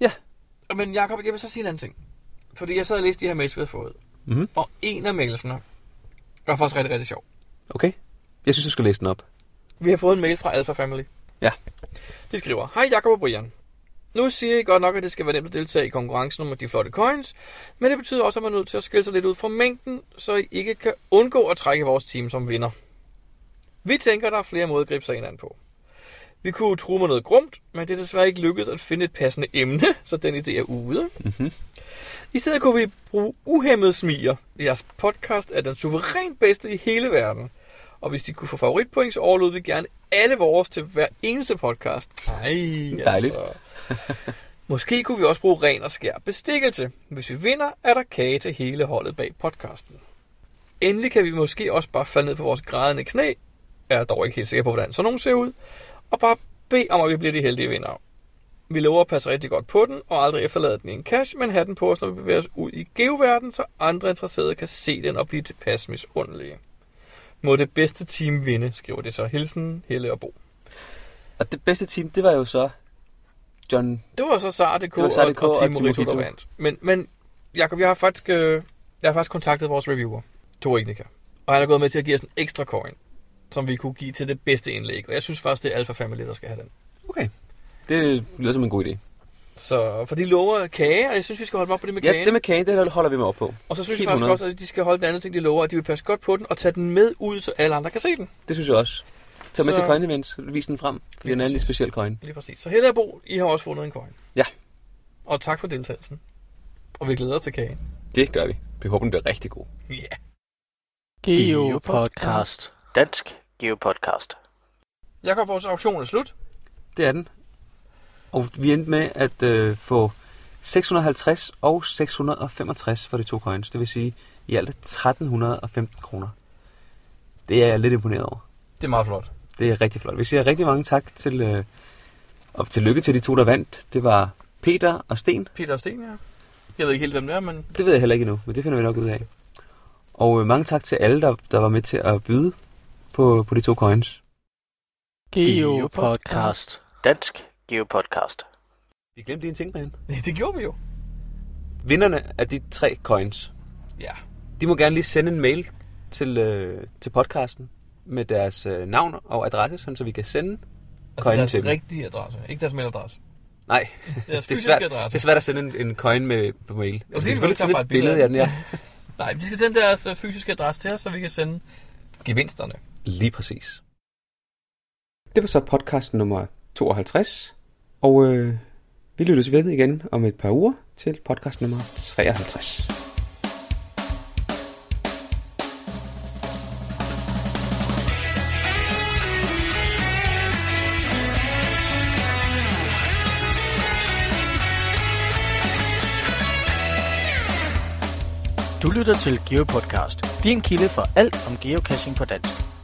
Ja. Men Jakob, jeg vil så sige en anden ting. Fordi jeg sad og læste de her mails, vi havde fået. Mhm. Og en af mailsene var faktisk rigtig, rigtig sjov. Okay. Jeg synes, du skal læse den op. Vi har fået en mail fra Alpha Family. Ja. De skriver, Hej Jakob og Brian. Nu siger I godt nok, at det skal være nemt at deltage i konkurrencen om de flotte coins, men det betyder også, at man er nødt til at skille sig lidt ud fra mængden, så I ikke kan undgå at trække vores team som vinder. Vi tænker, der er flere måder at gribe sig hinanden på. Vi kunne true med noget grumt, men det er desværre ikke lykkedes at finde et passende emne, så den idé er ude. Mm-hmm. I stedet kunne vi bruge uhemmet smiger. Jeres podcast er den suverænt bedste i hele verden. Og hvis de kunne få favoritpoints, overlod vi gerne alle vores til hver eneste podcast. Ej, Dejligt. Måske kunne vi også bruge ren og skær bestikkelse. Hvis vi vinder, er der kage til hele holdet bag podcasten. Endelig kan vi måske også bare falde ned på vores grædende knæ. Jeg er dog ikke helt sikker på, hvordan sådan nogen ser ud. Og bare bede om, at vi bliver de heldige vinder. Vi lover at passe rigtig godt på den, og aldrig efterlade den i en kasse, men have den på os, når vi bevæger os ud i geoverden, så andre interesserede kan se den og blive tilpas misundelige. Må det bedste team vinde, skriver det så. Hilsen, Helle og Bo. Og det bedste team, det var jo så John... Det var så Sardeko Det var og, Sara og, DK og og Timo Timo Rito, der Rito. vandt. Men, men Jacob, jeg har faktisk, øh, jeg har faktisk kontaktet vores reviewer, Tor Ignica, og han er gået med til at give os en ekstra coin, som vi kunne give til det bedste indlæg. Og jeg synes faktisk, det er Alpha Family, der skal have den. Det lyder som en god idé. Så, for de lover kage, og jeg synes, vi skal holde dem op på det med Ja, kagen. det med kagen, det holder vi med op på. Og så synes Helt jeg faktisk 100. også, at de skal holde den anden ting, de lover, at de vil passe godt på den og tage den med ud, så alle andre kan se den. Det synes jeg også. Tag med Så- til Coin Events, vis den frem. Det er en anden lidt speciel coin. Lige præcis. Så Helle og Bo, I har også fundet en coin. Ja. Og tak for deltagelsen. Og vi glæder os til kagen. Det gør vi. Vi håber, den bliver rigtig god. Ja. Yeah. Geopodcast. Dansk Geopodcast. Jakob, vores auktion er slut. Det er den. Og vi endte med at øh, få 650 og 665 for de to coins. Det vil sige i alt 1315 kroner. Det er jeg lidt imponeret over. Det er meget flot. Det er rigtig flot. Vi siger rigtig mange tak til... Øh, og tillykke til de to, der vandt. Det var Peter og Sten. Peter og Sten, ja. Jeg ved ikke helt, hvem det er, men altså, Det ved jeg heller ikke endnu, men det finder vi nok ud af. Og øh, mange tak til alle, der, der var med til at byde på, på de to coins. Geopodcast. Dansk Geopodcast. Vi glemte lige en ting, Brian. det gjorde vi jo. Vinderne af de tre coins, Ja. de må gerne lige sende en mail til, øh, til podcasten med deres øh, navn og adresse, sådan, så vi kan sende Altså coinen deres til dem. rigtige adresse, ikke deres mailadresse. Nej, Deres det, er fysiske svært, adresse. det er svært at sende en, en coin med, på mail. Altså, vi det kan er selvfølgelig sende et billede af den, ja. Nej, de skal sende deres øh, fysiske adresse til os, så vi kan sende gevinsterne. Lige præcis. Det var så podcast nummer 52, og øh, vi lyttes ved igen om et par uger til podcast nummer 53. Du lytter til Geopodcast, din kilde for alt om geocaching på dansk.